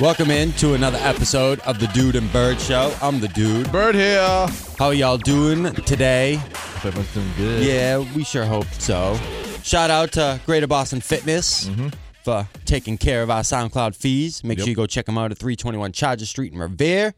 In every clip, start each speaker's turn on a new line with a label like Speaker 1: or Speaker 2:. Speaker 1: Welcome in to another episode of the Dude and Bird Show. I'm the dude.
Speaker 2: Bird here.
Speaker 1: How are y'all doing today?
Speaker 2: Everyone's doing good.
Speaker 1: Yeah, we sure hope so. Shout out to Greater Boston Fitness for taking care of our SoundCloud fees. Make
Speaker 2: Mm-hmm. Yep.
Speaker 1: sure you go check them out at 321 Charger Street in Revere.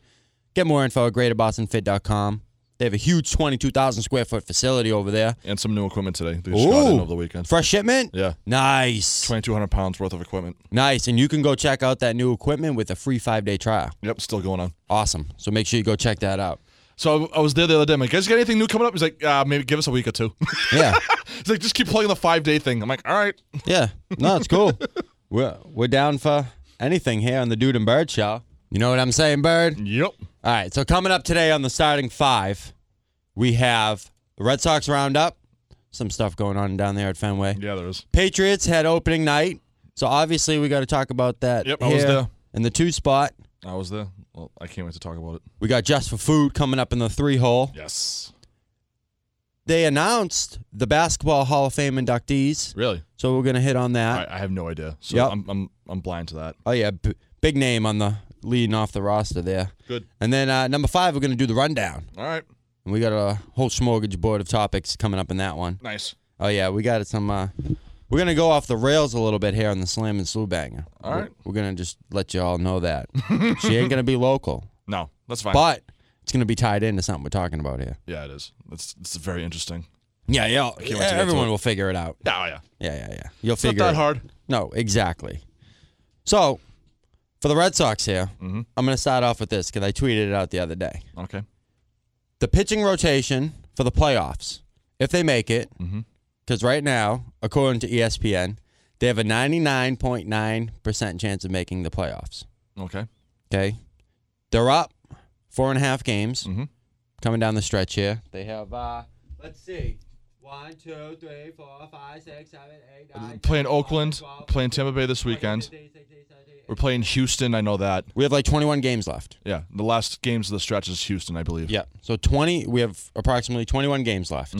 Speaker 1: Get more info at greaterbostonfit.com. They have a huge 22,000 square foot facility over there.
Speaker 2: And some new equipment today. They just got in over the weekend.
Speaker 1: Fresh shipment?
Speaker 2: Yeah.
Speaker 1: Nice.
Speaker 2: 2,200 pounds worth of equipment.
Speaker 1: Nice. And you can go check out that new equipment with a free five day trial.
Speaker 2: Yep, still going on.
Speaker 1: Awesome. So make sure you go check that out.
Speaker 2: So I I was there the other day. I'm like, guys, got anything new coming up? He's like, uh, maybe give us a week or two.
Speaker 1: Yeah.
Speaker 2: He's like, just keep plugging the five day thing. I'm like, all right.
Speaker 1: Yeah, no, it's cool. we're we're down for anything here on the Dude and Bird Show. You know what I'm saying, Bird?
Speaker 2: Yep.
Speaker 1: All right, so coming up today on the starting five, we have the Red Sox roundup, some stuff going on down there at Fenway.
Speaker 2: Yeah, there is.
Speaker 1: Patriots had opening night, so obviously we got to talk about that.
Speaker 2: Yep,
Speaker 1: here
Speaker 2: I was there.
Speaker 1: In the two spot,
Speaker 2: I was there. Well, I can't wait to talk about it.
Speaker 1: we got Just for Food coming up in the three hole.
Speaker 2: Yes.
Speaker 1: They announced the Basketball Hall of Fame inductees,
Speaker 2: Really?
Speaker 1: so we're going to hit on that.
Speaker 2: I, I have no idea. So
Speaker 1: Uh, Yep.
Speaker 2: I'm, I'm I'm blind to that.
Speaker 1: Oh yeah, b- big name on the leading off the roster there.
Speaker 2: Good.
Speaker 1: And then uh, number five, we're gonna do the rundown,
Speaker 2: All right.
Speaker 1: and we got a whole smorgasbord of topics coming up in that one.
Speaker 2: Nice.
Speaker 1: Oh yeah, we got some. Uh, we're gonna go off the rails a little bit here on the slam and slew banger.
Speaker 2: All right.
Speaker 1: We're, we're gonna just let you all know that she ain't gonna be local,
Speaker 2: No, that's fine.
Speaker 1: but it's gonna be tied into something we're talking about here.
Speaker 2: yeah, it is. It's, it's very interesting.
Speaker 1: Yeah, yeah.
Speaker 2: to get to
Speaker 1: everyone
Speaker 2: it.
Speaker 1: will figure it out.
Speaker 2: Yeah, oh, yeah.
Speaker 1: Yeah, yeah, yeah. You'll
Speaker 2: It's not
Speaker 1: figure
Speaker 2: that
Speaker 1: it.
Speaker 2: hard.
Speaker 1: No, exactly. So for the Red Sox here, I'm gonna start off with this because I tweeted it out the other day.
Speaker 2: Mm-hmm. Okay.
Speaker 1: the pitching rotation for the playoffs, if they make it,
Speaker 2: Mm-hmm.
Speaker 1: because right now, according to E ESPN, they have a 99.9% chance of making the playoffs.
Speaker 2: Okay.
Speaker 1: Okay. They're up four and a half games
Speaker 2: Mm-hmm.
Speaker 1: coming down the stretch here. They have, uh, let's see. One, two, three, four, five, six, seven, eight, nine,
Speaker 2: Playing
Speaker 1: 10, 11,
Speaker 2: Oakland,
Speaker 1: 12,
Speaker 2: playing Tampa Bay this
Speaker 1: 13,
Speaker 2: weekend.
Speaker 1: 14, 15, 16,
Speaker 2: We're playing Houston. I know that.
Speaker 1: We have like 21 games left.
Speaker 2: Yeah, the last games of the stretch is Houston, I believe.
Speaker 1: Yeah. So 20, we have approximately 21 games left.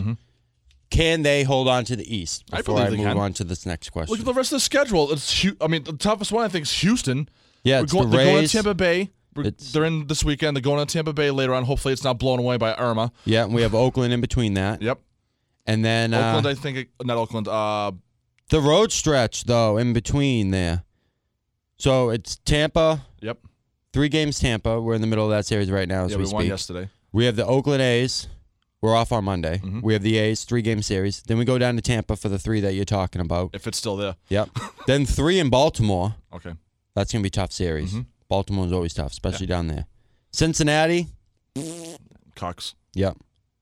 Speaker 1: Can they hold on to the East
Speaker 2: Mm-hmm. I
Speaker 1: before
Speaker 2: believe
Speaker 1: I,
Speaker 2: they
Speaker 1: move
Speaker 2: can.
Speaker 1: on to this next
Speaker 2: Look at
Speaker 1: question?
Speaker 2: the rest of the schedule. It's Hu- I mean, the toughest one I think is Houston.
Speaker 1: Yeah,
Speaker 2: We're
Speaker 1: it's
Speaker 2: going,
Speaker 1: the
Speaker 2: they're going
Speaker 1: Rays.
Speaker 2: to Tampa Bay. We're-
Speaker 1: It's-
Speaker 2: They're in this weekend. They're going to Tampa Bay later on. Hopefully, it's not blown away by Irma.
Speaker 1: Yeah, and we have Oakland in between that.
Speaker 2: Yep.
Speaker 1: And then uh,
Speaker 2: Oakland, I think it- not Oakland. Uh,
Speaker 1: the road stretch, though, in between there. So it's Tampa,
Speaker 2: yep.
Speaker 1: three games Tampa. We're in the middle of that series right now as
Speaker 2: Yeah,
Speaker 1: we
Speaker 2: we won
Speaker 1: speak.
Speaker 2: yesterday.
Speaker 1: We have the Oakland A's. We're off on Monday.
Speaker 2: Mm-hmm.
Speaker 1: We have the A's, three game series. Then we go down to Tampa for the three that you're talking about.
Speaker 2: If it's still there.
Speaker 1: Yep. then three in Baltimore.
Speaker 2: Okay.
Speaker 1: That's gonna be a tough series.
Speaker 2: Mm-hmm.
Speaker 1: Baltimore's always tough, especially down there. Cincinnati,
Speaker 2: Cox.
Speaker 1: yep.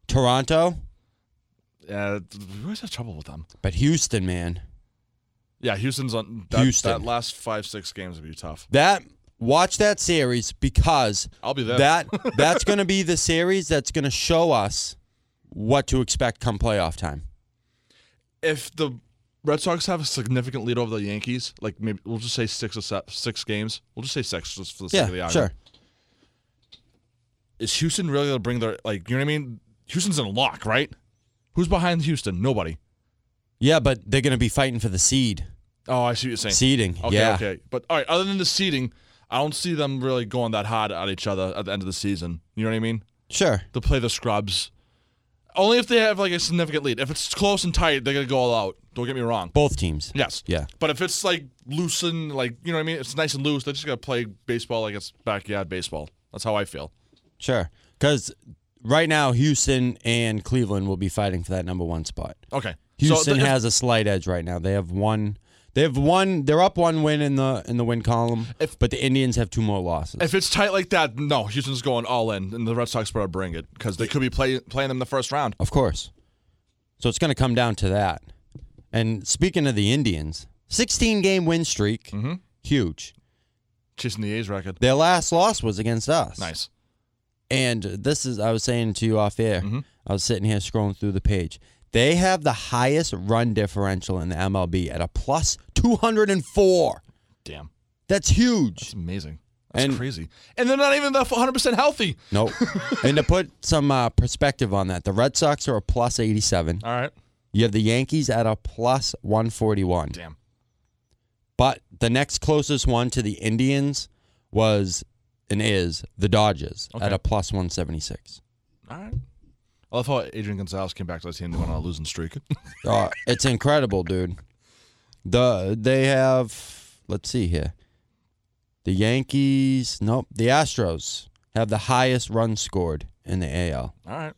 Speaker 1: Toronto,
Speaker 2: Yeah, we always have trouble with them.
Speaker 1: but Houston, man,
Speaker 2: Yeah, Houston's on. That,
Speaker 1: Houston.
Speaker 2: That last five, six games would be tough.
Speaker 1: that watch that series because
Speaker 2: I'll be there.
Speaker 1: that that's gonna be the series that's gonna show us what to expect come playoff time.
Speaker 2: if the Red Sox have a significant lead over the Yankees, like maybe we'll just say six or se- six games. We'll just say six just for the sake of the
Speaker 1: Yeah,
Speaker 2: argument.
Speaker 1: sure.
Speaker 2: Is Houston really going to bring their like? You know what I mean? Houston's in lock, right? Who's behind Houston? Nobody.
Speaker 1: Yeah, but they're gonna be fighting for the seed
Speaker 2: Oh, I see what you're saying.
Speaker 1: seeding.
Speaker 2: okay,
Speaker 1: yeah,
Speaker 2: okay. But all right, other than the seeding, I don't see them really going that hard at each other at the end of the season. You know what I mean?
Speaker 1: sure.
Speaker 2: To play the scrubs. Only if they have like a significant lead. If it's close and tight, they're gonna go all out. Don't get me wrong.
Speaker 1: Both teams.
Speaker 2: Yes.
Speaker 1: Yeah.
Speaker 2: But if it's like loose and like you know what I mean, it's nice and loose. They just gotta play baseball like it's backyard baseball. That's how I feel.
Speaker 1: Sure. Because right now, Houston and Cleveland will be fighting for that number one spot.
Speaker 2: Okay.
Speaker 1: Houston
Speaker 2: th- if-
Speaker 1: has a slight edge right now. They have one. They have one. They're up one win in the in the win column.
Speaker 2: If-
Speaker 1: but the Indians have two more losses.
Speaker 2: If it's tight like that, no, Houston's going all in, and the Red Sox better bring it because they could be play, playing them the first round.
Speaker 1: of course. So it's going to come down to that. And speaking of the Indians, 16 game win streak, huge.
Speaker 2: Chasing the A's record.
Speaker 1: Their last loss was against us.
Speaker 2: Nice.
Speaker 1: And this is I was saying to you off air. I was sitting here scrolling through the page. They have the highest run differential in the MLB at a plus 204.
Speaker 2: Damn.
Speaker 1: That's huge.
Speaker 2: It's amazing. That's
Speaker 1: And-
Speaker 2: crazy. And they're not even the 100% healthy.
Speaker 1: Nope. and to put some uh, perspective on that, the Red Sox are a plus 87.
Speaker 2: All right.
Speaker 1: You have the Yankees at a plus 141.
Speaker 2: Damn.
Speaker 1: But the next closest one to the Indians was and is the Dodgers at
Speaker 2: Okay.
Speaker 1: a plus 176.
Speaker 2: All right. I love how Adrian Gonzalez came back to that team on a losing streak.
Speaker 1: Uh, it's incredible, dude. The they have let's see here. The Yankees, nope, the Astros have the highest runs scored in the AL.
Speaker 2: All right.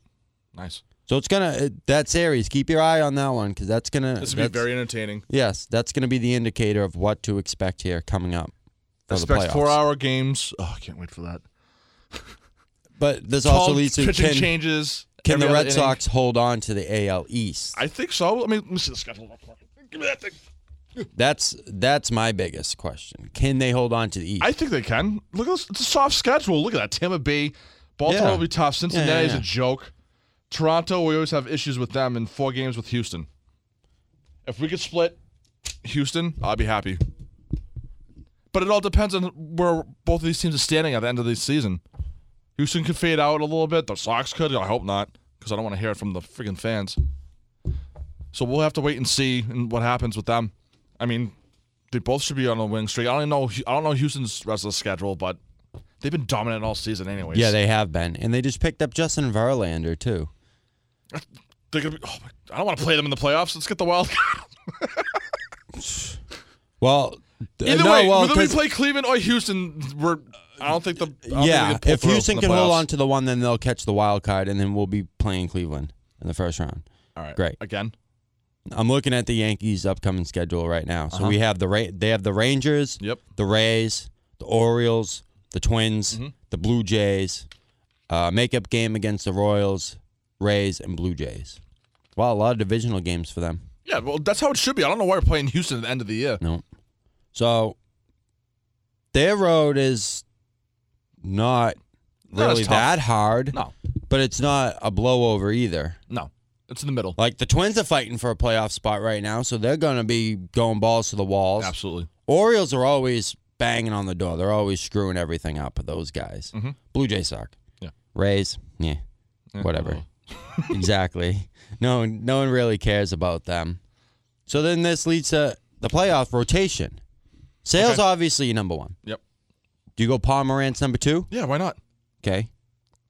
Speaker 2: Nice.
Speaker 1: So it's gonna it- that series. Keep your eye on that one because that's gonna.
Speaker 2: This would be
Speaker 1: that's-
Speaker 2: very entertaining.
Speaker 1: yes, that's gonna be the indicator of what to expect here coming up for the
Speaker 2: Expect
Speaker 1: playoffs.
Speaker 2: four hour games. Oh, I can't wait for that.
Speaker 1: But this
Speaker 2: Tall
Speaker 1: also leads to
Speaker 2: pitching
Speaker 1: can,
Speaker 2: changes.
Speaker 1: can
Speaker 2: every
Speaker 1: the
Speaker 2: other
Speaker 1: Red
Speaker 2: inning.
Speaker 1: Sox hold on to the AL East?
Speaker 2: I think so. I mean, let me see the schedule. real quick. Give me that thing.
Speaker 1: that's that's my biggest question. Can they hold on to the East?
Speaker 2: I think they can. Look at this. It's a soft schedule. Look at that. Tampa Bay, Baltimore
Speaker 1: Yeah.
Speaker 2: will be tough. Cincinnati
Speaker 1: Yeah, yeah,
Speaker 2: is
Speaker 1: yeah.
Speaker 2: a joke. Toronto, we always have issues with them in four games with Houston. If we could split Houston, I'd be happy. But it all depends on where both of these teams are standing at the end of the season. Houston could fade out a little bit. The Sox could. I hope not, because I don't want to hear it from the freaking fans. So we'll have to wait and see and what happens with them. I mean, they both should be on a winning streak. I don't even know. I don't know Houston's rest of the schedule, but they've been dominant all season, anyways.
Speaker 1: yeah, they have been, and they just picked up Justin Verlander too.
Speaker 2: They're gonna be. Oh my, I don't want to play them in the playoffs. Let's get the wild. card.
Speaker 1: Well, th-
Speaker 2: Either
Speaker 1: no,
Speaker 2: way,
Speaker 1: well,
Speaker 2: whether we
Speaker 1: 'cause-
Speaker 2: play Cleveland or Houston, we're. I don't think the. I don't
Speaker 1: yeah,
Speaker 2: think they pull
Speaker 1: if
Speaker 2: through
Speaker 1: Houston
Speaker 2: in
Speaker 1: can
Speaker 2: the
Speaker 1: hold
Speaker 2: playoffs.
Speaker 1: on to the one, then they'll catch the wild card, and then we'll be playing Cleveland in the first round.
Speaker 2: all right,
Speaker 1: great.
Speaker 2: again.
Speaker 1: I'm looking at the Yankees' upcoming schedule right now.
Speaker 2: Uh-huh.
Speaker 1: So we have the Ra- they have the Rangers,
Speaker 2: Yep.
Speaker 1: the Rays, the Orioles, the Twins,
Speaker 2: Mm-hmm.
Speaker 1: the Blue Jays, uh, makeup game against the Royals, Rays, and Blue Jays. Wow, a lot of divisional games for them.
Speaker 2: Yeah, well, that's how it should be. I don't know why we're playing Houston at the end of the year.
Speaker 1: No. So their road is not
Speaker 2: Not as
Speaker 1: really
Speaker 2: tough.
Speaker 1: that hard.
Speaker 2: No,
Speaker 1: But it's not a blowover either.
Speaker 2: no, it's in the middle.
Speaker 1: Like the Twins are fighting for a playoff spot right now, so they're going to be going balls to the walls.
Speaker 2: Absolutely.
Speaker 1: Orioles are always banging on the door. They're always screwing everything up with those guys.
Speaker 2: Mhm.
Speaker 1: Blue Jays suck.
Speaker 2: Yeah.
Speaker 1: Rays, yeah,
Speaker 2: Yeah,
Speaker 1: whatever.
Speaker 2: well,
Speaker 1: exactly. No, one- no one really cares about them. So then this leads to the playoff rotation. Sales
Speaker 2: Okay.
Speaker 1: obviously number one.
Speaker 2: Yep.
Speaker 1: Do you go Pomerantz number two?
Speaker 2: Yeah, why not?
Speaker 1: Okay.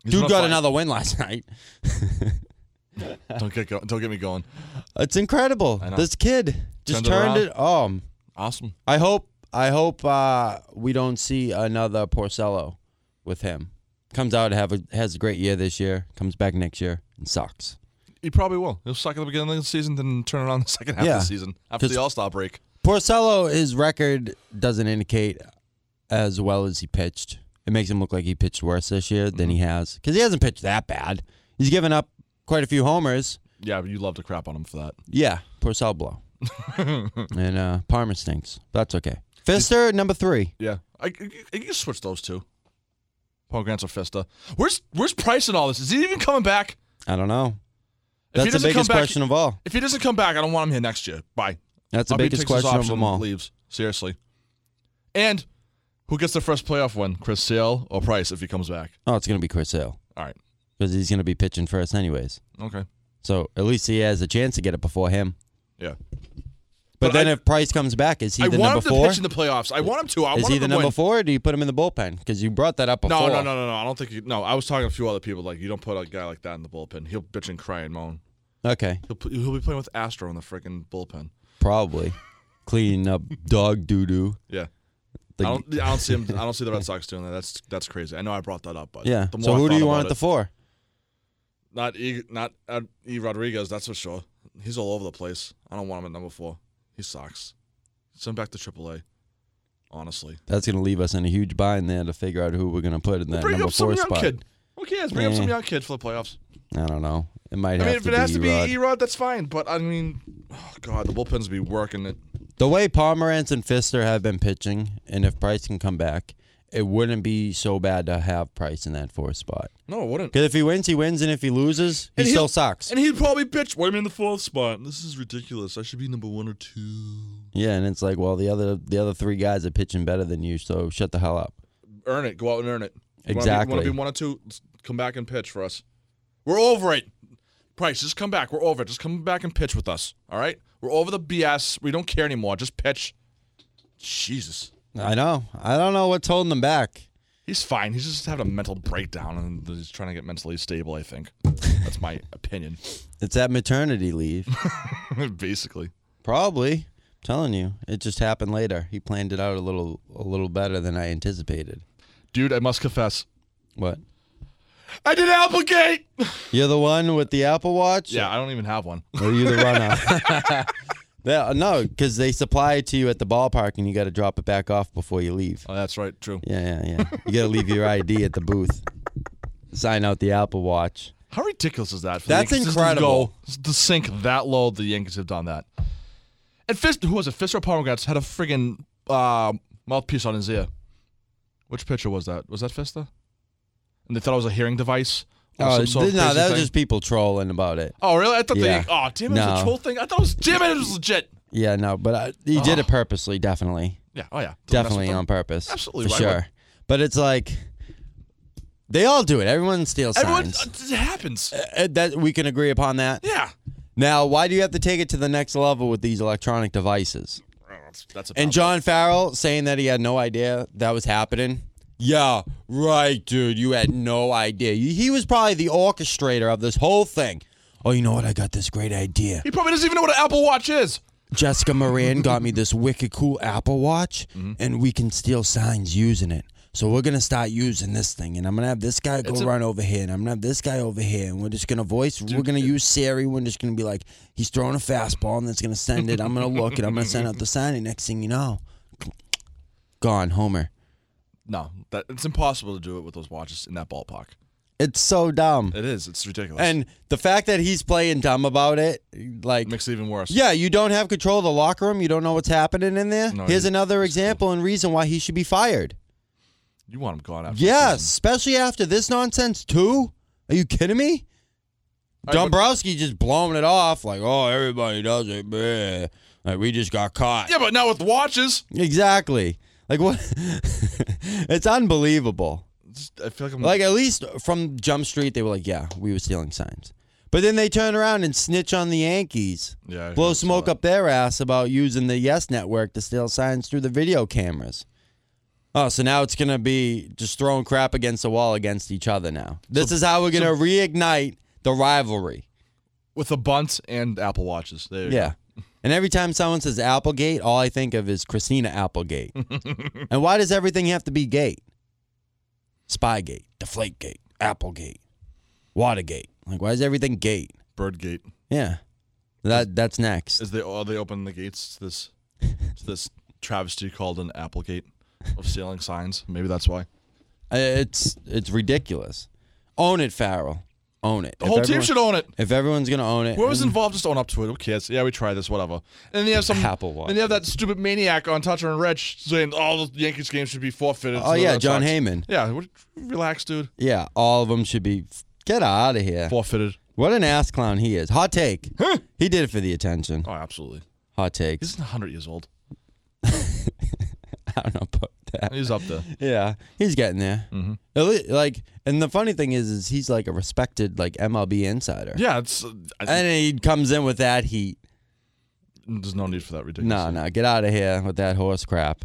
Speaker 2: He's
Speaker 1: Dude
Speaker 2: been on
Speaker 1: got
Speaker 2: fire.
Speaker 1: another win last night.
Speaker 2: Don't get go- don't get me going.
Speaker 1: It's incredible.
Speaker 2: I know.
Speaker 1: This kid just
Speaker 2: Turned
Speaker 1: turned
Speaker 2: it
Speaker 1: it. Oh,
Speaker 2: Awesome.
Speaker 1: I hope. I hope uh, we don't see another Porcello with him. Comes out have a, has a great year this year. Comes back next year and sucks.
Speaker 2: He probably will. He'll suck at the beginning of the season, then turn around the second half
Speaker 1: Yeah.
Speaker 2: of the season after
Speaker 1: 'Cause-
Speaker 2: the All Star break.
Speaker 1: Porcello, his record doesn't indicate as well as he pitched. It makes him look like he pitched worse this year than
Speaker 2: Mm-hmm.
Speaker 1: he has because he hasn't pitched that bad. He's given up quite a few homers.
Speaker 2: Yeah, but you love to crap on him for that.
Speaker 1: Yeah, Porcello blow, and uh, Parma stinks. That's okay. Fister number three.
Speaker 2: Yeah, I, I, I can switch those two. Pomegrantz or Festa. Where's Where's Price in all this? Is he even coming back?
Speaker 1: I don't know.
Speaker 2: If he
Speaker 1: That's the
Speaker 2: doesn't come
Speaker 1: biggest
Speaker 2: back-
Speaker 1: question of all.
Speaker 2: If he doesn't come back, I don't want him here next year. Bye.
Speaker 1: That's the
Speaker 2: I'll be
Speaker 1: biggest
Speaker 2: Texas
Speaker 1: question of
Speaker 2: option
Speaker 1: them all.
Speaker 2: Leaves seriously. And who gets the first playoff win? Chris Sale or Price if he comes back?
Speaker 1: Oh, it's going to be Chris Sale
Speaker 2: All right.
Speaker 1: because he's going to be pitching first, anyways.
Speaker 2: Okay.
Speaker 1: So at least he has a chance to get it before him.
Speaker 2: Yeah.
Speaker 1: But,
Speaker 2: But
Speaker 1: then
Speaker 2: I-
Speaker 1: if Price comes back, is he
Speaker 2: I
Speaker 1: the
Speaker 2: want
Speaker 1: number
Speaker 2: him to
Speaker 1: four?
Speaker 2: pitch in the playoffs. I want him to. I
Speaker 1: is
Speaker 2: want
Speaker 1: he
Speaker 2: him
Speaker 1: the
Speaker 2: to
Speaker 1: number
Speaker 2: win.
Speaker 1: four, or do you put him in the bullpen? Because you brought that up before.
Speaker 2: No, no, no, no, no. I don't think. He, no, I was talking to a few other people. Like, you don't put a guy like that in the bullpen. He'll bitch and cry and moan.
Speaker 1: Okay,
Speaker 2: He'll pl- he'll be playing with Astro in the freaking bullpen.
Speaker 1: probably cleaning up dog doo doo.
Speaker 2: Yeah,
Speaker 1: The-
Speaker 2: I don't. I don't see him. I don't see the Red Sox doing that. That's that's crazy. I know I brought that up, but
Speaker 1: Yeah.
Speaker 2: The
Speaker 1: So
Speaker 2: more I
Speaker 1: who do
Speaker 2: thought
Speaker 1: you
Speaker 2: about
Speaker 1: want
Speaker 2: it,
Speaker 1: at the four?
Speaker 2: Not e, not uh, E Rodriguez. That's for sure. He's all over the place. I don't want him at number four. He sucks. Send him back to AAA. Honestly,
Speaker 1: That's going to leave us in a huge bind there to figure out who we're going to put in that
Speaker 2: bring
Speaker 1: number
Speaker 2: up some
Speaker 1: four
Speaker 2: young
Speaker 1: spot.
Speaker 2: kid. Who cares? Bring up some
Speaker 1: Yeah.
Speaker 2: young kid for the playoffs.
Speaker 1: I don't know. It might
Speaker 2: I
Speaker 1: have
Speaker 2: mean, if
Speaker 1: to
Speaker 2: it
Speaker 1: be
Speaker 2: has to be
Speaker 1: Erod.
Speaker 2: E Rod, that's fine. But I mean, oh god, the bullpen's be working it.
Speaker 1: The way Pomerantz and Fister have been pitching, and if Price can come back, it wouldn't be so bad to have Price in that fourth spot.
Speaker 2: No, it wouldn't.
Speaker 1: Because if he wins, he wins, and if he loses, he
Speaker 2: And
Speaker 1: still
Speaker 2: he'll-
Speaker 1: sucks.
Speaker 2: And he'd probably bitch. Why am I in the fourth spot? This is ridiculous. I should be number one or two.
Speaker 1: yeah, and it's like, well, the other the other three guys are pitching better than you, so shut the hell up.
Speaker 2: Earn it. Go out and earn it. You Want to
Speaker 1: Exactly.
Speaker 2: be one or two? Let's Come back and pitch for us. We're over it. Price, just come back. We're over it. Just come back and pitch with us. All right. We're over the BS. We don't care anymore. Just pitch. Jesus.
Speaker 1: I know. I don't know what's holding them back.
Speaker 2: He's fine. He's just having a mental breakdown and he's trying to get mentally stable, I think. That's my opinion,
Speaker 1: It's that maternity leave.
Speaker 2: basically.
Speaker 1: Probably. I'm telling you, it just happened later. He planned it out a little a little better than I anticipated.
Speaker 2: Dude, I must confess,
Speaker 1: What?
Speaker 2: I did Applegate!
Speaker 1: You're the one with the Apple Watch?
Speaker 2: Yeah, I don't even have one.
Speaker 1: Or are you the runner? yeah, no, because they supply it to you at the ballpark and you got to drop it back off before you leave.
Speaker 2: Oh, that's right, true.
Speaker 1: Yeah, yeah, yeah. You got to leave your ID at the booth. Sign out the Apple Watch.
Speaker 2: How ridiculous is that? For
Speaker 1: That's
Speaker 2: the Yankees just
Speaker 1: incredible.
Speaker 2: To, go, to sink that low, the Yankees have done that. And Fist, who was it? Fister Pomegranates had a friggin' uh, mouthpiece on his ear. Which pitcher was that? Was that Fister? And they thought it was a hearing device. or
Speaker 1: Oh,
Speaker 2: some sort of
Speaker 1: th- no,
Speaker 2: crazy
Speaker 1: that was
Speaker 2: thing.
Speaker 1: just people trolling about it.
Speaker 2: Oh, really? I thought
Speaker 1: Yeah.
Speaker 2: they. Oh, damn it! It was
Speaker 1: No.
Speaker 2: a troll thing. I thought it was. Damn it! It was legit.
Speaker 1: Yeah, no, but I, he did it
Speaker 2: Ugh.
Speaker 1: purposely, definitely.
Speaker 2: Yeah. Oh, yeah. Don't Oh. mess
Speaker 1: definitely um,
Speaker 2: with
Speaker 1: on
Speaker 2: them.
Speaker 1: purpose.
Speaker 2: Absolutely,
Speaker 1: for
Speaker 2: why would-
Speaker 1: sure. But it's like they all do it. Everyone steals
Speaker 2: Everyone,
Speaker 1: signs.
Speaker 2: it happens.
Speaker 1: Uh, that we can agree upon that.
Speaker 2: Yeah.
Speaker 1: Now, why do you have to take it to the next level with these electronic devices?
Speaker 2: That's, that's a
Speaker 1: And
Speaker 2: problem.
Speaker 1: John Farrell saying that he had no idea that was happening. Yeah, right, dude. You had no idea. You- He was probably the orchestrator of this whole thing. Oh, you know what? I got this great idea.
Speaker 2: He probably doesn't even know what an Apple Watch is.
Speaker 1: Jessica Moran got me this wicked cool Apple Watch,
Speaker 2: Mm-hmm.
Speaker 1: and we can steal signs using it. So we're gonna start using this thing, and I'm gonna have this guy go
Speaker 2: It's a-
Speaker 1: run over here, and I'm gonna have this guy over here, and we're just gonna voice. we're gonna use Siri. We're just gonna be like, he's throwing a fastball, and it's gonna send it. I'm gonna look, and I'm gonna send out the sign, and next thing you know, gone, Homer.
Speaker 2: No, that, it's impossible to do it with those watches in that ballpark.
Speaker 1: It's so dumb.
Speaker 2: It is. It's ridiculous.
Speaker 1: And the fact that he's playing dumb about it, like
Speaker 2: makes it even worse.
Speaker 1: Yeah, you don't have control of the locker room. You don't know what's happening in there.
Speaker 2: No,
Speaker 1: Here's
Speaker 2: you-
Speaker 1: another example and reason why he should be fired.
Speaker 2: You want him gone after. the
Speaker 1: Yes,
Speaker 2: season.
Speaker 1: especially after this nonsense too. Are you kidding me?
Speaker 2: All right, but-
Speaker 1: Dombrowski just blowing it off like, oh, everybody does it. bleh. Like we just got caught.
Speaker 2: Yeah, but now with watches,
Speaker 1: Exactly. Like what? it's unbelievable.
Speaker 2: it's- I feel like I'm
Speaker 1: Like at least from Jump Street, they were like, yeah, we were stealing signs. But then they turn around and snitch on the Yankees.
Speaker 2: yeah, I
Speaker 1: blow
Speaker 2: saw
Speaker 1: smoke
Speaker 2: that.
Speaker 1: up their ass about using the Yes Network to steal signs through the video cameras. Oh, so now it's gonna be just throwing crap against the wall against each other now. This is how we're gonna reignite the rivalry.
Speaker 2: with the bunt and Apple watches. There you go.
Speaker 1: Yeah. And every time someone says Applegate, all I think of is Christina Applegate. and why does everything have to be gate? Spygate, Deflategate, Applegate, Watergate. Like why is everything gate?
Speaker 2: Birdgate.
Speaker 1: Yeah. That that's next.
Speaker 2: Is they are they open the gates to this to this travesty called an Applegate of stealing signs? Maybe that's why.
Speaker 1: Uh, It's it's ridiculous. Own it, Farrell. Own it.
Speaker 2: The whole team should own it.
Speaker 1: If everyone's gonna own it, mm,
Speaker 2: Whoever's involved, just own up to it. Who cares? Yeah, we tried this, whatever. And then you have some
Speaker 1: Apple Watch.
Speaker 2: And you have that stupid maniac on Toucher and Rich saying all the Yankees games should be forfeited. to
Speaker 1: oh
Speaker 2: the
Speaker 1: yeah,
Speaker 2: Red
Speaker 1: John
Speaker 2: Sox.
Speaker 1: Heyman.
Speaker 2: Yeah, what- relax, dude.
Speaker 1: Yeah, all of them should be. Get out of here.
Speaker 2: Forfeited.
Speaker 1: What an ass clown he is. Hot take. He did it for the attention.
Speaker 2: Oh, absolutely.
Speaker 1: Hot take.
Speaker 2: He's 100 years old.
Speaker 1: I don't know about that.
Speaker 2: He's up there.
Speaker 1: Yeah, he's getting there.
Speaker 2: Mm-hmm.
Speaker 1: At le- Like, and the funny thing is, is he's like a respected like MLB insider.
Speaker 2: Yeah, it's. Uh, I,
Speaker 1: And he comes in with that heat.
Speaker 2: there's no need for that ridiculous.
Speaker 1: No, no, get out of here with that horse crap.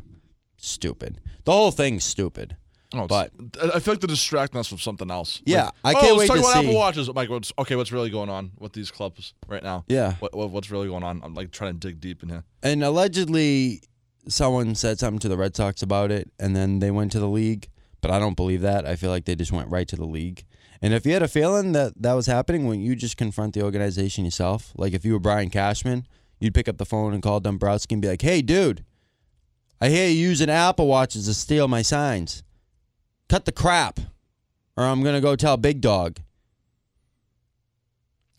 Speaker 1: Stupid. The whole thing's stupid.
Speaker 2: Oh,
Speaker 1: But-
Speaker 2: but I I feel like they're distracting us from something else.
Speaker 1: Yeah,
Speaker 2: Like,
Speaker 1: I
Speaker 2: oh,
Speaker 1: can't
Speaker 2: let's
Speaker 1: wait
Speaker 2: talk
Speaker 1: to
Speaker 2: about Apple
Speaker 1: see.
Speaker 2: Watches. Mike, what's okay? What's really going on with these clubs right now?
Speaker 1: Yeah.
Speaker 2: What, what what's really going on? I'm like trying to dig deep in here.
Speaker 1: And allegedly, someone said something to the Red Sox about it, and then they went to the league. But I don't believe that. I feel like they just went right to the league. And if you had a feeling that that was happening, when you just confront the organization yourself, like if you were Brian Cashman, you'd pick up the phone and call Dombrowski and be like, "Hey, dude, I hear you using Apple watches to steal my signs. Cut the crap, or I'm gonna go tell Big Dog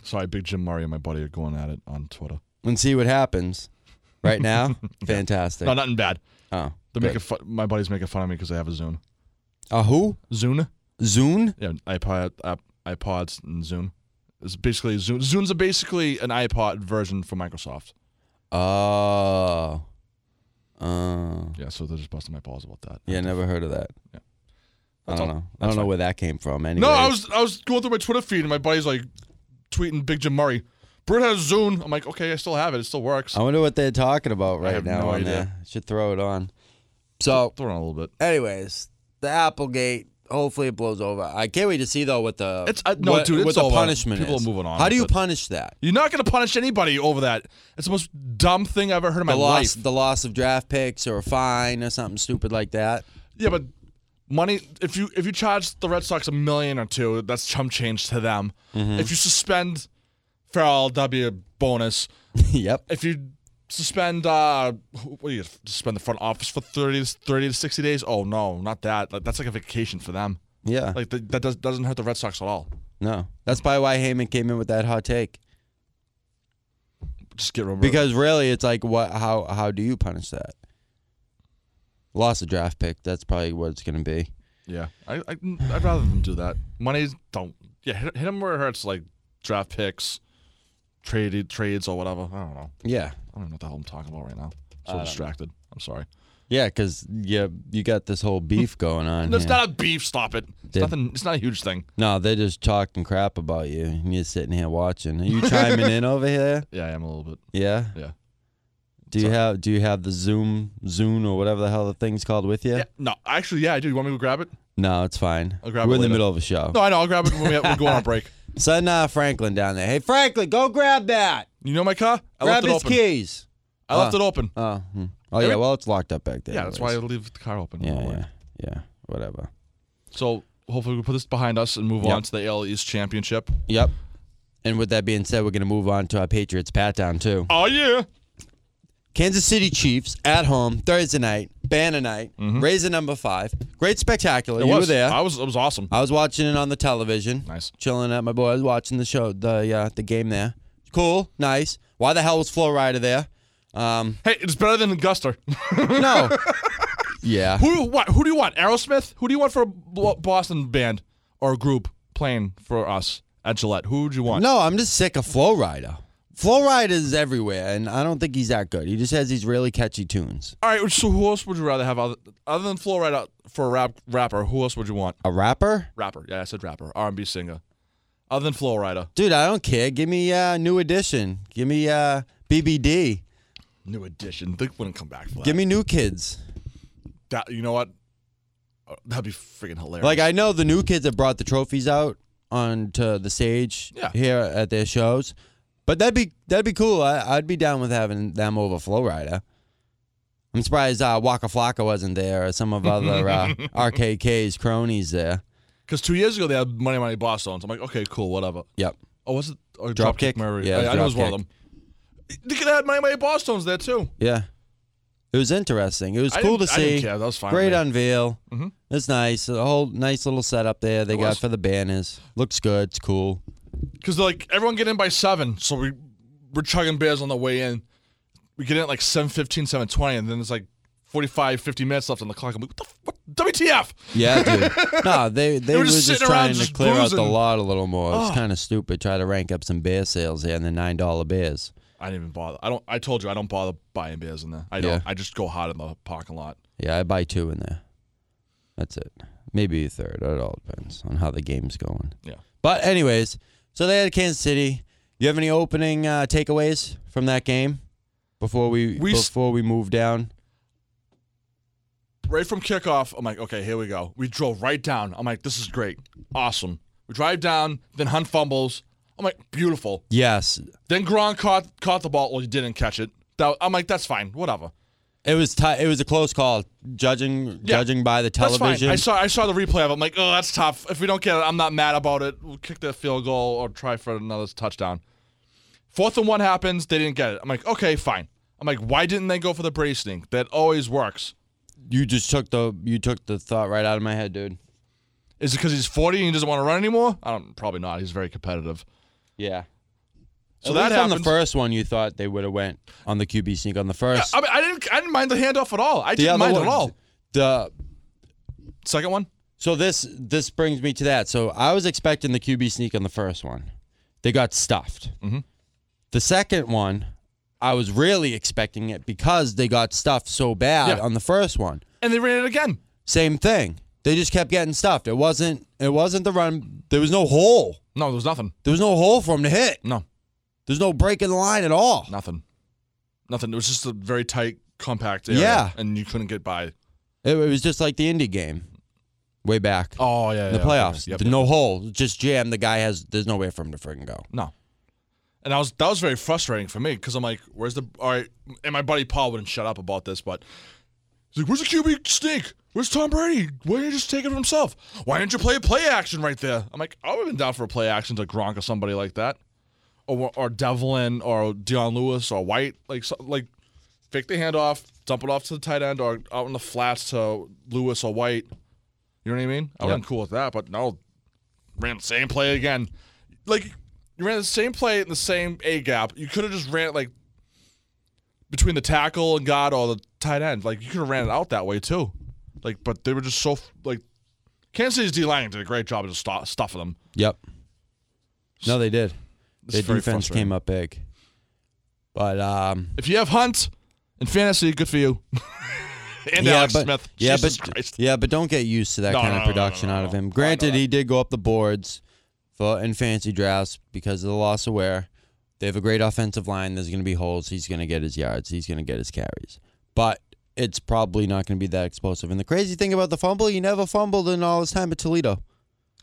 Speaker 2: Sorry, Big Jim Murray and my buddy are going at it on Twitter.
Speaker 1: and see what happens." Right now, fantastic.
Speaker 2: No, nothing bad.
Speaker 1: Oh,
Speaker 2: They're making fun, my buddy's making fun of me because I have a Zune.
Speaker 1: a who?
Speaker 2: Zune?
Speaker 1: Zune?
Speaker 2: Yeah, iPod, app, iPods, and Zune. It's basically Zune. Zunes are basically an iPod version for Microsoft.
Speaker 1: Oh. Oh.
Speaker 2: Yeah, so they're just busting my balls about that.
Speaker 1: Yeah, never heard of that.
Speaker 2: Yeah.
Speaker 1: I
Speaker 2: That's
Speaker 1: don't
Speaker 2: all-
Speaker 1: know. I
Speaker 2: that's
Speaker 1: don't know
Speaker 2: fine.
Speaker 1: where that came from. Anyway.
Speaker 2: No, I was I was going through my Twitter feed and my buddy's like tweeting Big Jim Murray. Brit has Zune. I'm like,
Speaker 1: Um,
Speaker 2: okay, I still have it. It still works.
Speaker 1: I wonder what they're talking about right
Speaker 2: have
Speaker 1: now
Speaker 2: no
Speaker 1: on
Speaker 2: idea.
Speaker 1: there. Should throw it on. So,
Speaker 2: Throw it on a little bit.
Speaker 1: anyways, the Applegate. Hopefully, it blows over. I can't wait to see though what the
Speaker 2: It's- uh, no,
Speaker 1: what,
Speaker 2: dude, it's
Speaker 1: what the
Speaker 2: over.
Speaker 1: punishment
Speaker 2: People
Speaker 1: is.
Speaker 2: are moving on
Speaker 1: How do
Speaker 2: with
Speaker 1: you
Speaker 2: it.
Speaker 1: punish that?
Speaker 2: You're not gonna punish anybody over that. It's the most dumb thing I've ever heard in my
Speaker 1: The loss,
Speaker 2: life.
Speaker 1: the loss of draft picks, or a fine, or something stupid like that.
Speaker 2: Yeah, but money. If you if you charge the Red Sox a million or two, that's chump change to them. If you suspend Farrell W bonus,
Speaker 1: yep.
Speaker 2: if you suspend uh who- what do you suspend the front office for 30 to, 30 to 60 days oh no not that like, that's like a vacation for them
Speaker 1: Yeah.
Speaker 2: like th- that does, doesn't hurt the red sox at all
Speaker 1: no. That's probably why Heyman came in with that hot take.
Speaker 2: just get rid of
Speaker 1: Because really, it's like what? How how do you punish that? Loss of draft pick. That's probably what it's going to be.
Speaker 2: yeah I, I, i'd rather them do that money don't yeah hit, hit them where it hurts like draft picks traded trades or whatever i don't know
Speaker 1: Yeah.
Speaker 2: i don't know what the hell i'm talking about right now so distracted i'm sorry
Speaker 1: Yeah, because yeah, you got this whole beef going on.
Speaker 2: that's
Speaker 1: here.
Speaker 2: not a beef stop it it's
Speaker 1: Did-
Speaker 2: nothing it's not a huge thing
Speaker 1: no, they're just talking crap about you, and you're sitting here watching. Are you chiming in over here?
Speaker 2: yeah i am a little bit
Speaker 1: Yeah.
Speaker 2: yeah
Speaker 1: Do you
Speaker 2: So-
Speaker 1: have Do you have the Zoom Zoom or whatever the hell the thing's called with you?
Speaker 2: yeah no actually yeah i do you want me to grab it
Speaker 1: No, it's fine.
Speaker 2: I'll grab
Speaker 1: We're
Speaker 2: it
Speaker 1: in the
Speaker 2: later.
Speaker 1: middle of a show.
Speaker 2: no i know i'll grab it when we, when we go on a break
Speaker 1: Send uh, Franklin down there. Hey, Franklin, go grab that.
Speaker 2: You know my car? I
Speaker 1: grab
Speaker 2: left it
Speaker 1: his
Speaker 2: open.
Speaker 1: keys.
Speaker 2: I left
Speaker 1: Ah.
Speaker 2: it open.
Speaker 1: Oh, hmm. oh
Speaker 2: Every-
Speaker 1: yeah. Well, it's locked up back there.
Speaker 2: Yeah, that's why I
Speaker 1: anyways.
Speaker 2: leave the car open.
Speaker 1: Yeah, yeah, yeah. Whatever.
Speaker 2: So hopefully we put this behind us and move
Speaker 1: Yep.
Speaker 2: on to the AL East Championship.
Speaker 1: Yep. And with that being said, we're gonna move on to our Patriots pat down too.
Speaker 2: Oh yeah.
Speaker 1: Kansas City Chiefs at home Thursday night, banner night, raise the number five. Great spectacular.
Speaker 2: It
Speaker 1: you
Speaker 2: was.
Speaker 1: were there.
Speaker 2: I was it was awesome.
Speaker 1: Mm-hmm. I was watching it on the television.
Speaker 2: Nice.
Speaker 1: Chilling at my boys, watching the show, the uh, the game there. Cool, nice. Why the hell was Flo Rida there? Um,
Speaker 2: Hey, it's better than Guster.
Speaker 1: no. yeah.
Speaker 2: who what who do you want? Aerosmith? Who do you want for a Bo- Boston band or group playing for us at Gillette? Who would you want?
Speaker 1: No, I'm just sick of Flo Rida. Flo Rida is everywhere, and I don't think he's that good. He just has these really catchy tunes.
Speaker 2: All right, so who else would you rather have other, other than Florida for a rap rapper? Who else would you want?
Speaker 1: A rapper?
Speaker 2: Rapper. Yeah, I said rapper. R&B singer. Other than Florida.
Speaker 1: Dude, I don't care. Give me uh, New Edition. Give me uh, BBD.
Speaker 2: New edition. They wouldn't come back for that.
Speaker 1: Give me New Kids.
Speaker 2: That you know what? Uh, That'd be freaking hilarious.
Speaker 1: Like I know the new kids have brought the trophies out onto the stage
Speaker 2: Yeah.
Speaker 1: here at their shows, but that'd be that'd be cool. I, I'd be down with having them over Flow Rider. I'm surprised uh, Waka Flocka wasn't there or some of other uh, RKK's cronies there.
Speaker 2: because two years ago they had Money Money Boss on. So I'm like, okay, cool, whatever.
Speaker 1: Yep.
Speaker 2: Oh, was it or
Speaker 1: Dropkick?
Speaker 2: Murray?
Speaker 1: Yeah, it was
Speaker 2: I, I know it was one of
Speaker 1: Dropkick.
Speaker 2: them. They could have had Money Money Boss Tones there too.
Speaker 1: Yeah. It was interesting. It was
Speaker 2: I
Speaker 1: cool to
Speaker 2: didn't- I didn't
Speaker 1: see.
Speaker 2: care. That was fine.
Speaker 1: Great
Speaker 2: with me.
Speaker 1: unveil.
Speaker 2: Mhm.
Speaker 1: It's nice. A whole nice little setup there they
Speaker 2: It
Speaker 1: got
Speaker 2: was.
Speaker 1: for the banners. Looks good. It's cool.
Speaker 2: Because they're like everyone get in by seven, so we we're chugging beers on the way in. We get in at like 7.15, 7.20, and then there's like 45, 50 minutes left on the clock. I'm like, what the f- what? WTF?
Speaker 1: Yeah, dude. no, they they
Speaker 2: were
Speaker 1: were
Speaker 2: just
Speaker 1: just,
Speaker 2: sitting around
Speaker 1: trying to
Speaker 2: just
Speaker 1: clear out the
Speaker 2: boozing. Oh.
Speaker 1: lot a little more. It's
Speaker 2: Ugh.
Speaker 1: kind of stupid. Try to rank up some beer sales here and the nine dollar beers.
Speaker 2: I didn't even bother. I don't. I told you I don't bother buying beers in there. I don't.
Speaker 1: Yeah.
Speaker 2: I just go hot in the parking lot.
Speaker 1: Yeah, I buy two in there. That's it. Maybe a third. It all depends on how the game's going.
Speaker 2: Yeah.
Speaker 1: But anyways, so they had Kansas City. You have any opening uh, takeaways from that game before we,
Speaker 2: We s-
Speaker 1: before we move down?
Speaker 2: right from kickoff, I'm like, okay, here we go. We drove right down. I'm like, this is great. Awesome. We drive down, then Hunt fumbles. I'm like, beautiful.
Speaker 1: Yes,
Speaker 2: Then Gronk caught caught the ball. Well, he didn't catch it. That, I'm like, that's fine. Whatever.
Speaker 1: it was ti it was a close call. Judging judging by the
Speaker 2: That's
Speaker 1: television,
Speaker 2: fine. I saw I saw the replay of it. I'm like, oh, that's tough. If we don't get it, I'm not mad about it. We'll kick that field goal or try for another touchdown. Fourth and one happens. They didn't get it. I'm like, okay, fine. I'm like, why didn't they go for the brace thing? That always works.
Speaker 1: you just took the you took the thought right out of my head, dude.
Speaker 2: Is it because he's 40 and he doesn't want to run anymore? I don't. Probably not. He's very competitive.
Speaker 1: Yeah.
Speaker 2: So
Speaker 1: So
Speaker 2: that
Speaker 1: that's on the
Speaker 2: happens.
Speaker 1: first one you thought they would have went on the QB sneak on the first.
Speaker 2: I, mean, I didn't. I didn't mind the handoff at all. I
Speaker 1: the
Speaker 2: didn't mind
Speaker 1: one,
Speaker 2: at all.
Speaker 1: The
Speaker 2: Second one.
Speaker 1: so this this brings me to that. So I was expecting the QB sneak on the first one. They got stuffed.
Speaker 2: Mhm.
Speaker 1: The second one, I was really expecting it because they got stuffed so bad
Speaker 2: Yeah.
Speaker 1: on the first one.
Speaker 2: And they ran it again.
Speaker 1: Same thing. They just kept getting stuffed. It wasn't it wasn't the run. There was no hole.
Speaker 2: No, there was nothing.
Speaker 1: There was no hole for him to hit.
Speaker 2: No,
Speaker 1: There's no break in the line at all.
Speaker 2: nothing. Nothing. It was just a very tight, compact area.
Speaker 1: Yeah.
Speaker 2: And you couldn't get by.
Speaker 1: It, it was just like the indie game way back.
Speaker 2: Oh yeah,
Speaker 1: in the
Speaker 2: yeah, okay.
Speaker 1: playoffs.
Speaker 2: Yep,
Speaker 1: The
Speaker 2: yep.
Speaker 1: no hole. Just jam. The guy has, there's no way for him to freaking go.
Speaker 2: No. And I was that was very frustrating for me because I'm like, where's the all right? And my buddy Paul wouldn't shut up about this, but he's like, where's the QB sneak? Where's Tom Brady? Why didn't you just take it for himself? Why didn't you play a play action right there? I'm like, I would have been down for a play action to Gronk or somebody like that, or or Devlin or Deion Lewis or White, like so, like fake the handoff, dump it off to the tight end or out in the flats to Lewis or White. You know what I mean? I would have been cool with that, but no, ran the same play again. Like you ran the same play in the same A gap. You could have just ran it like between the tackle and God or the tight end. Like you could have ran it out that way too. Like, but they were just so like Kansas City's D line did a great job of just stu- stuffing them.
Speaker 1: Yep. No, they did.
Speaker 2: It's
Speaker 1: Their
Speaker 2: very
Speaker 1: defense
Speaker 2: frustrating.
Speaker 1: came up big. But um,
Speaker 2: If you have Hunt in fantasy, good for you. and
Speaker 1: yeah,
Speaker 2: Alex
Speaker 1: but
Speaker 2: Smith.
Speaker 1: yeah,
Speaker 2: Jesus
Speaker 1: but
Speaker 2: Christ.
Speaker 1: yeah, but don't get used to that
Speaker 2: No,
Speaker 1: kind
Speaker 2: no,
Speaker 1: of
Speaker 2: no, no,
Speaker 1: production
Speaker 2: no,
Speaker 1: out
Speaker 2: no.
Speaker 1: of him.
Speaker 2: I know
Speaker 1: Granted,
Speaker 2: that.
Speaker 1: he did go up the boards for in fancy drafts because of the loss of wear. They have a great offensive line. There's going to be holes. He's going to get his yards. He's going to get his carries. But it's probably not going to be that explosive. And the crazy thing about the fumble, he never fumbled in all his time at Toledo.
Speaker 2: I think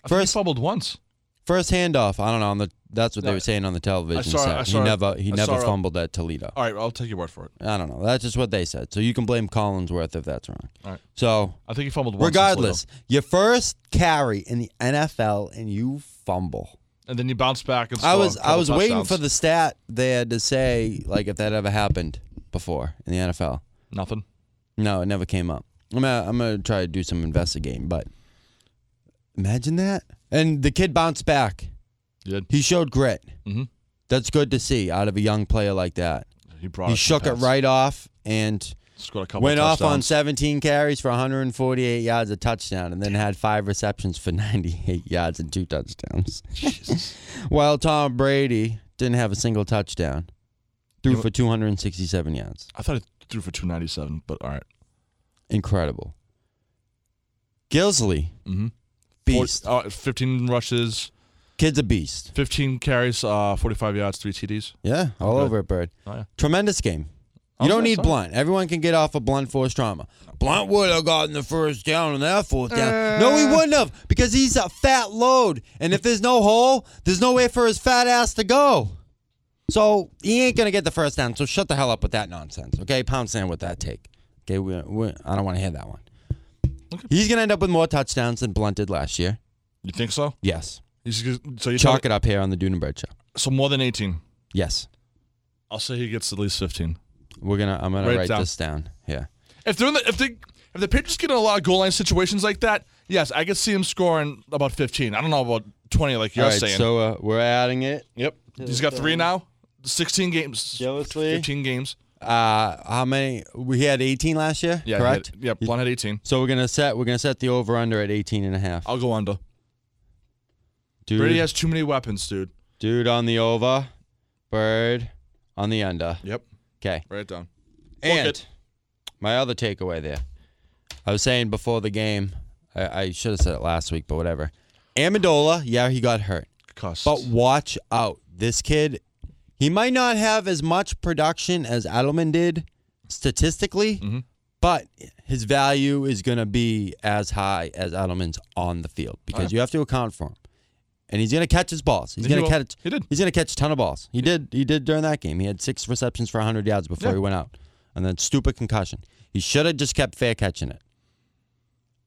Speaker 2: he
Speaker 1: First-
Speaker 2: fumbled once.
Speaker 1: First handoff. I don't know. On the that's what they
Speaker 2: No,
Speaker 1: were saying on the television
Speaker 2: saw- I
Speaker 1: set.
Speaker 2: saw-
Speaker 1: he never he
Speaker 2: I
Speaker 1: never
Speaker 2: saw-
Speaker 1: fumbled at Toledo.
Speaker 2: All right, I'll take your word for it.
Speaker 1: I don't know. That's just what they said. So you can blame Collinsworth if that's wrong.
Speaker 2: All right.
Speaker 1: So
Speaker 2: I think he fumbled once. in Toledo.
Speaker 1: regardless, your first carry in the NFL and you fumble.
Speaker 2: and then you bounce back and
Speaker 1: I
Speaker 2: score a
Speaker 1: was I
Speaker 2: couple
Speaker 1: was waiting
Speaker 2: touchdowns.
Speaker 1: for the stat there to say like if that ever happened before in the NFL.
Speaker 2: nothing.
Speaker 1: No, it never came up. I'm gonna, I'm gonna try to do some investigating, but imagine that. And the kid bounced back.
Speaker 2: You did.
Speaker 1: He showed grit.
Speaker 2: Mhm.
Speaker 1: That's good to see out of a young player like that.
Speaker 2: He brought
Speaker 1: he
Speaker 2: us some
Speaker 1: shook it
Speaker 2: pets.
Speaker 1: right off and
Speaker 2: Scored a couple
Speaker 1: went off on
Speaker 2: touchdowns.
Speaker 1: 17 carries for 148 yards, a touchdown, and then had five receptions for 98 yards and two touchdowns. While Tom Brady didn't have a single touchdown,
Speaker 2: You
Speaker 1: threw
Speaker 2: know-
Speaker 1: for 267 yards.
Speaker 2: I thought it threw for 297, but all right.
Speaker 1: Incredible. Gilsley,
Speaker 2: Mhm.
Speaker 1: beast.
Speaker 2: Four- uh, 15 rushes,
Speaker 1: Kid's a beast.
Speaker 2: 15 carries, uh, 45 yards, three TDs.
Speaker 1: Yeah, all
Speaker 2: Good.
Speaker 1: over it, Bird.
Speaker 2: Oh, yeah.
Speaker 1: Tremendous game.
Speaker 2: I
Speaker 1: You
Speaker 2: was
Speaker 1: don't
Speaker 2: gonna
Speaker 1: need
Speaker 2: say.
Speaker 1: Blunt. Everyone can get off of Blunt force trauma. Blunt would have gotten the first down and that fourth down. no,
Speaker 2: Uh.
Speaker 1: he wouldn't have because he's a fat load. And if there's no hole, there's no way for his fat ass to go. So he ain't going to get the first down. So shut the hell up with that nonsense. Okay? Pound sand with that take. Okay? We, we, I don't want to hear that one.
Speaker 2: Okay.
Speaker 1: He's going to end up with more touchdowns than Blunt did last year.
Speaker 2: You think so?
Speaker 1: Yes.
Speaker 2: He's, gonna- so you
Speaker 1: Chalk it up here on the Dunenberg show.
Speaker 2: So more than 18.
Speaker 1: Yes.
Speaker 2: I'll say he gets at least 15.
Speaker 1: We're gonna. I'm gonna
Speaker 2: Write it
Speaker 1: write,
Speaker 2: down.
Speaker 1: this down. Yeah.
Speaker 2: If they're in the, if they if the Patriots get in a lot of goal line situations like that, yes, I could see him scoring about 15. I don't know about 20 like you're
Speaker 1: All right.
Speaker 2: saying.
Speaker 1: So uh, we're adding it.
Speaker 2: yep. He's got three now. 16 games.
Speaker 1: Jealously.
Speaker 2: 15 games.
Speaker 1: Uh, how many? We had 18 last year.
Speaker 2: Yeah, he had-
Speaker 1: Correct.
Speaker 2: yeah, Blunt had 18.
Speaker 1: So we're gonna set. We're gonna set the over under at 18 and a half.
Speaker 2: I'll go under.
Speaker 1: Dude,
Speaker 2: Brady has too many weapons, dude.
Speaker 1: dude on the over, bird on the under.
Speaker 2: Yep.
Speaker 1: Okay.
Speaker 2: Write it down.
Speaker 1: And
Speaker 2: it.
Speaker 1: my other takeaway there, I was saying before the game, I, I should have said it last week, but whatever. Amendola, yeah, he got hurt.
Speaker 2: Costs.
Speaker 1: But watch out. This kid, he might not have as much production as Adelman did statistically,
Speaker 2: Mm-hmm.
Speaker 1: but his value is going to be as high as Adelman's on the field because you have to account for him. And he's going to catch his balls. He's
Speaker 2: And he
Speaker 1: going to
Speaker 2: will.
Speaker 1: catch
Speaker 2: He did.
Speaker 1: He's going to catch a ton of balls. He did he did during that game. He had 6 receptions for 100 yards before
Speaker 2: Yeah.
Speaker 1: he went out. And then stupid concussion. He should have just kept fair catching it.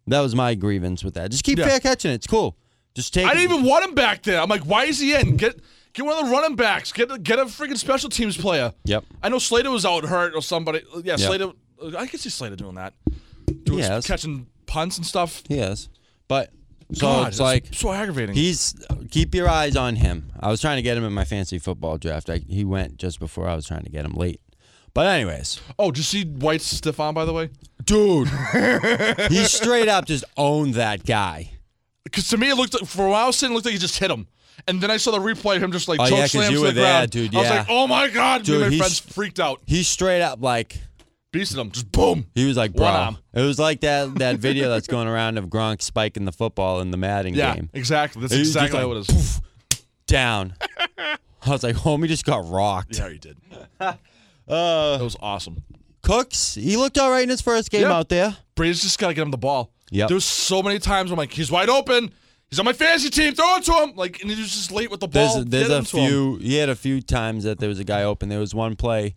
Speaker 1: That was my grievance with that. Just keep
Speaker 2: Yeah.
Speaker 1: fair catching it. It's cool. Just take
Speaker 2: I didn't even want him back there. I'm like, why is he in? Get get one of the running backs. Get get a freaking special teams player.
Speaker 1: Yep.
Speaker 2: I know Slater was out hurt or somebody. Yeah, Slater. I can see Slater doing that. Doing
Speaker 1: Yeah, that's-
Speaker 2: catching punts and stuff.
Speaker 1: He is. But so
Speaker 2: God,
Speaker 1: it's like
Speaker 2: so aggravating.
Speaker 1: he's keep your eyes on him. I was trying to get him in my fantasy football draft. I, he went just before I was trying to get him late. But anyways,
Speaker 2: oh, did you see White's stiff arm by the way?
Speaker 1: dude, he straight up just owned that guy.
Speaker 2: Because to me, it looked like, for a while, I was sitting, it looked like he just hit him. And then I saw the replay of him just like
Speaker 1: Oh,
Speaker 2: choke
Speaker 1: yeah, 'cause
Speaker 2: slam
Speaker 1: you
Speaker 2: to
Speaker 1: were
Speaker 2: the
Speaker 1: there,
Speaker 2: ground.
Speaker 1: dude,
Speaker 2: I was
Speaker 1: yeah.
Speaker 2: like, oh my god, dude,
Speaker 1: Dude,
Speaker 2: my
Speaker 1: he's-
Speaker 2: friends freaked out,
Speaker 1: He straight up like
Speaker 2: beasted him, just boom.
Speaker 1: he was like,
Speaker 2: One
Speaker 1: bro.
Speaker 2: arm.
Speaker 1: It was like that that video that's going around of Gronk spiking the football in the Madden
Speaker 2: Yeah,
Speaker 1: game.
Speaker 2: exactly. That's
Speaker 1: He was just
Speaker 2: exactly
Speaker 1: like,
Speaker 2: what it is.
Speaker 1: Down. I was like, homie just got rocked.
Speaker 2: Yeah, he did.
Speaker 1: Uh,
Speaker 2: that was awesome.
Speaker 1: Cooks, he looked all right in his first game
Speaker 2: Yeah.
Speaker 1: out there.
Speaker 2: Brady's just gotta get him the ball.
Speaker 1: Yep.
Speaker 2: There's so many times where I'm like, he's wide open. He's on my fantasy team. Throw it to him. Like, and he was just late with the
Speaker 1: There's
Speaker 2: ball.
Speaker 1: there's
Speaker 2: Get
Speaker 1: a
Speaker 2: it to him.
Speaker 1: few. He had a few times that there was a guy open. There was one play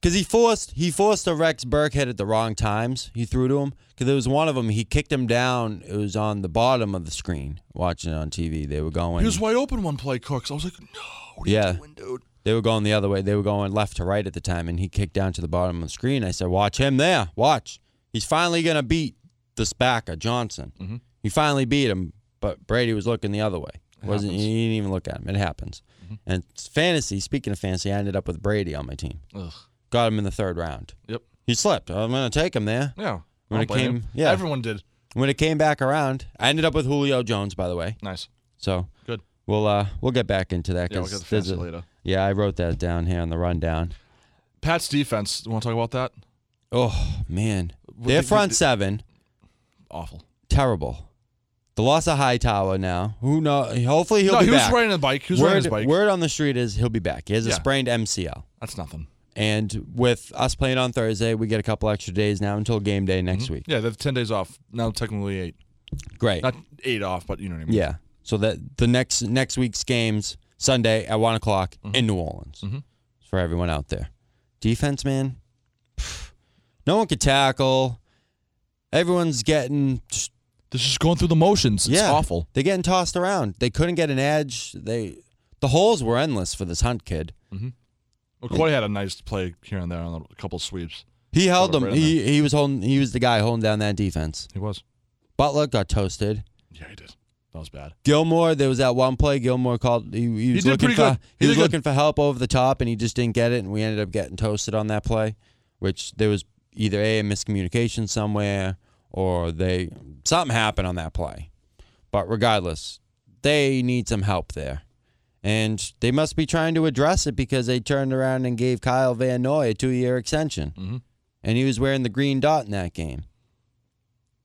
Speaker 1: because he forced he forced a Rex Burkhead at the wrong times. He threw to him because there was one of them. He kicked him down. It was on the bottom of the screen. Watching it on TV, they were going.
Speaker 2: He was wide open one play, Cooks. I was like, no, what are
Speaker 1: Yeah.
Speaker 2: you doing, dude?
Speaker 1: They were going the other way. They were going left to right at the time, and he kicked down to the bottom of the screen. I said, "Watch him there. Watch. He's finally gonna beat the Spacker Johnson.
Speaker 2: Mm-hmm.
Speaker 1: He finally beat him, but Brady was looking the other way. wasn't He didn't even look at him. It happens.
Speaker 2: Mm-hmm.
Speaker 1: And it's fantasy. Speaking of fantasy, I ended up with Brady on my team.
Speaker 2: Ugh.
Speaker 1: Got him in the third round.
Speaker 2: Yep.
Speaker 1: He slipped. I'm gonna take him there.
Speaker 2: Yeah.
Speaker 1: When
Speaker 2: I
Speaker 1: it
Speaker 2: don't blame
Speaker 1: came-
Speaker 2: him.
Speaker 1: yeah.
Speaker 2: Everyone did.
Speaker 1: When it came back around, I ended up with Julio Jones, by the way.
Speaker 2: Nice.
Speaker 1: So
Speaker 2: Good.
Speaker 1: we'll uh we'll get back into that.
Speaker 2: Yeah, we'll
Speaker 1: 'cause
Speaker 2: get the
Speaker 1: there's
Speaker 2: fantasy
Speaker 1: a-
Speaker 2: later.
Speaker 1: Yeah, I wrote that down here on the rundown.
Speaker 2: Pat's defense. You want to talk about that?
Speaker 1: Oh man,
Speaker 2: What
Speaker 1: their
Speaker 2: did-
Speaker 1: front seven
Speaker 2: Awful.
Speaker 1: terrible. The loss of Hightower now. Who know? Hopefully he'll
Speaker 2: no,
Speaker 1: be
Speaker 2: he was
Speaker 1: back.
Speaker 2: riding his bike. He was riding
Speaker 1: word,
Speaker 2: his bike.
Speaker 1: word on the street is he'll be back. He has a
Speaker 2: Yeah.
Speaker 1: sprained MCL,
Speaker 2: That's nothing.
Speaker 1: and with us playing on Thursday, we get a couple extra days now until game day next week.
Speaker 2: Yeah, that's ten days off. Now technically eight.
Speaker 1: Great.
Speaker 2: Mm-hmm. Not eight off, but you know what I mean.
Speaker 1: yeah. So that the next next week's games Sunday at one o'clock in New Orleans
Speaker 2: Mhm.
Speaker 1: for everyone out there. Defense, man. pff, No one could tackle. Everyone's getting
Speaker 2: They're just going through the motions. It's
Speaker 1: Yeah.
Speaker 2: awful.
Speaker 1: They're getting tossed around. They couldn't get an edge. They the holes were endless for this Hunt kid.
Speaker 2: Well, Corey had a nice play here and there on a couple sweeps.
Speaker 1: He held
Speaker 2: Hold
Speaker 1: them.
Speaker 2: up, right in
Speaker 1: he he was holding. He was the guy holding down that defense.
Speaker 2: He was.
Speaker 1: Butler got toasted.
Speaker 2: Yeah, he did. That was bad.
Speaker 1: Gilmore, there was that one play. Gilmore called. He, he was
Speaker 2: did
Speaker 1: looking
Speaker 2: pretty
Speaker 1: for
Speaker 2: good.
Speaker 1: he
Speaker 2: He
Speaker 1: was
Speaker 2: did good.
Speaker 1: looking for help over the top, and he just didn't get it. And we ended up getting toasted on that play, which there was either a, miscommunication somewhere or they something happened on that play. But regardless, they need some help there, and they must be trying to address it because they turned around and gave Kyle Van Noy a two-year extension,
Speaker 2: Mhm.
Speaker 1: and he was wearing the green dot in that game.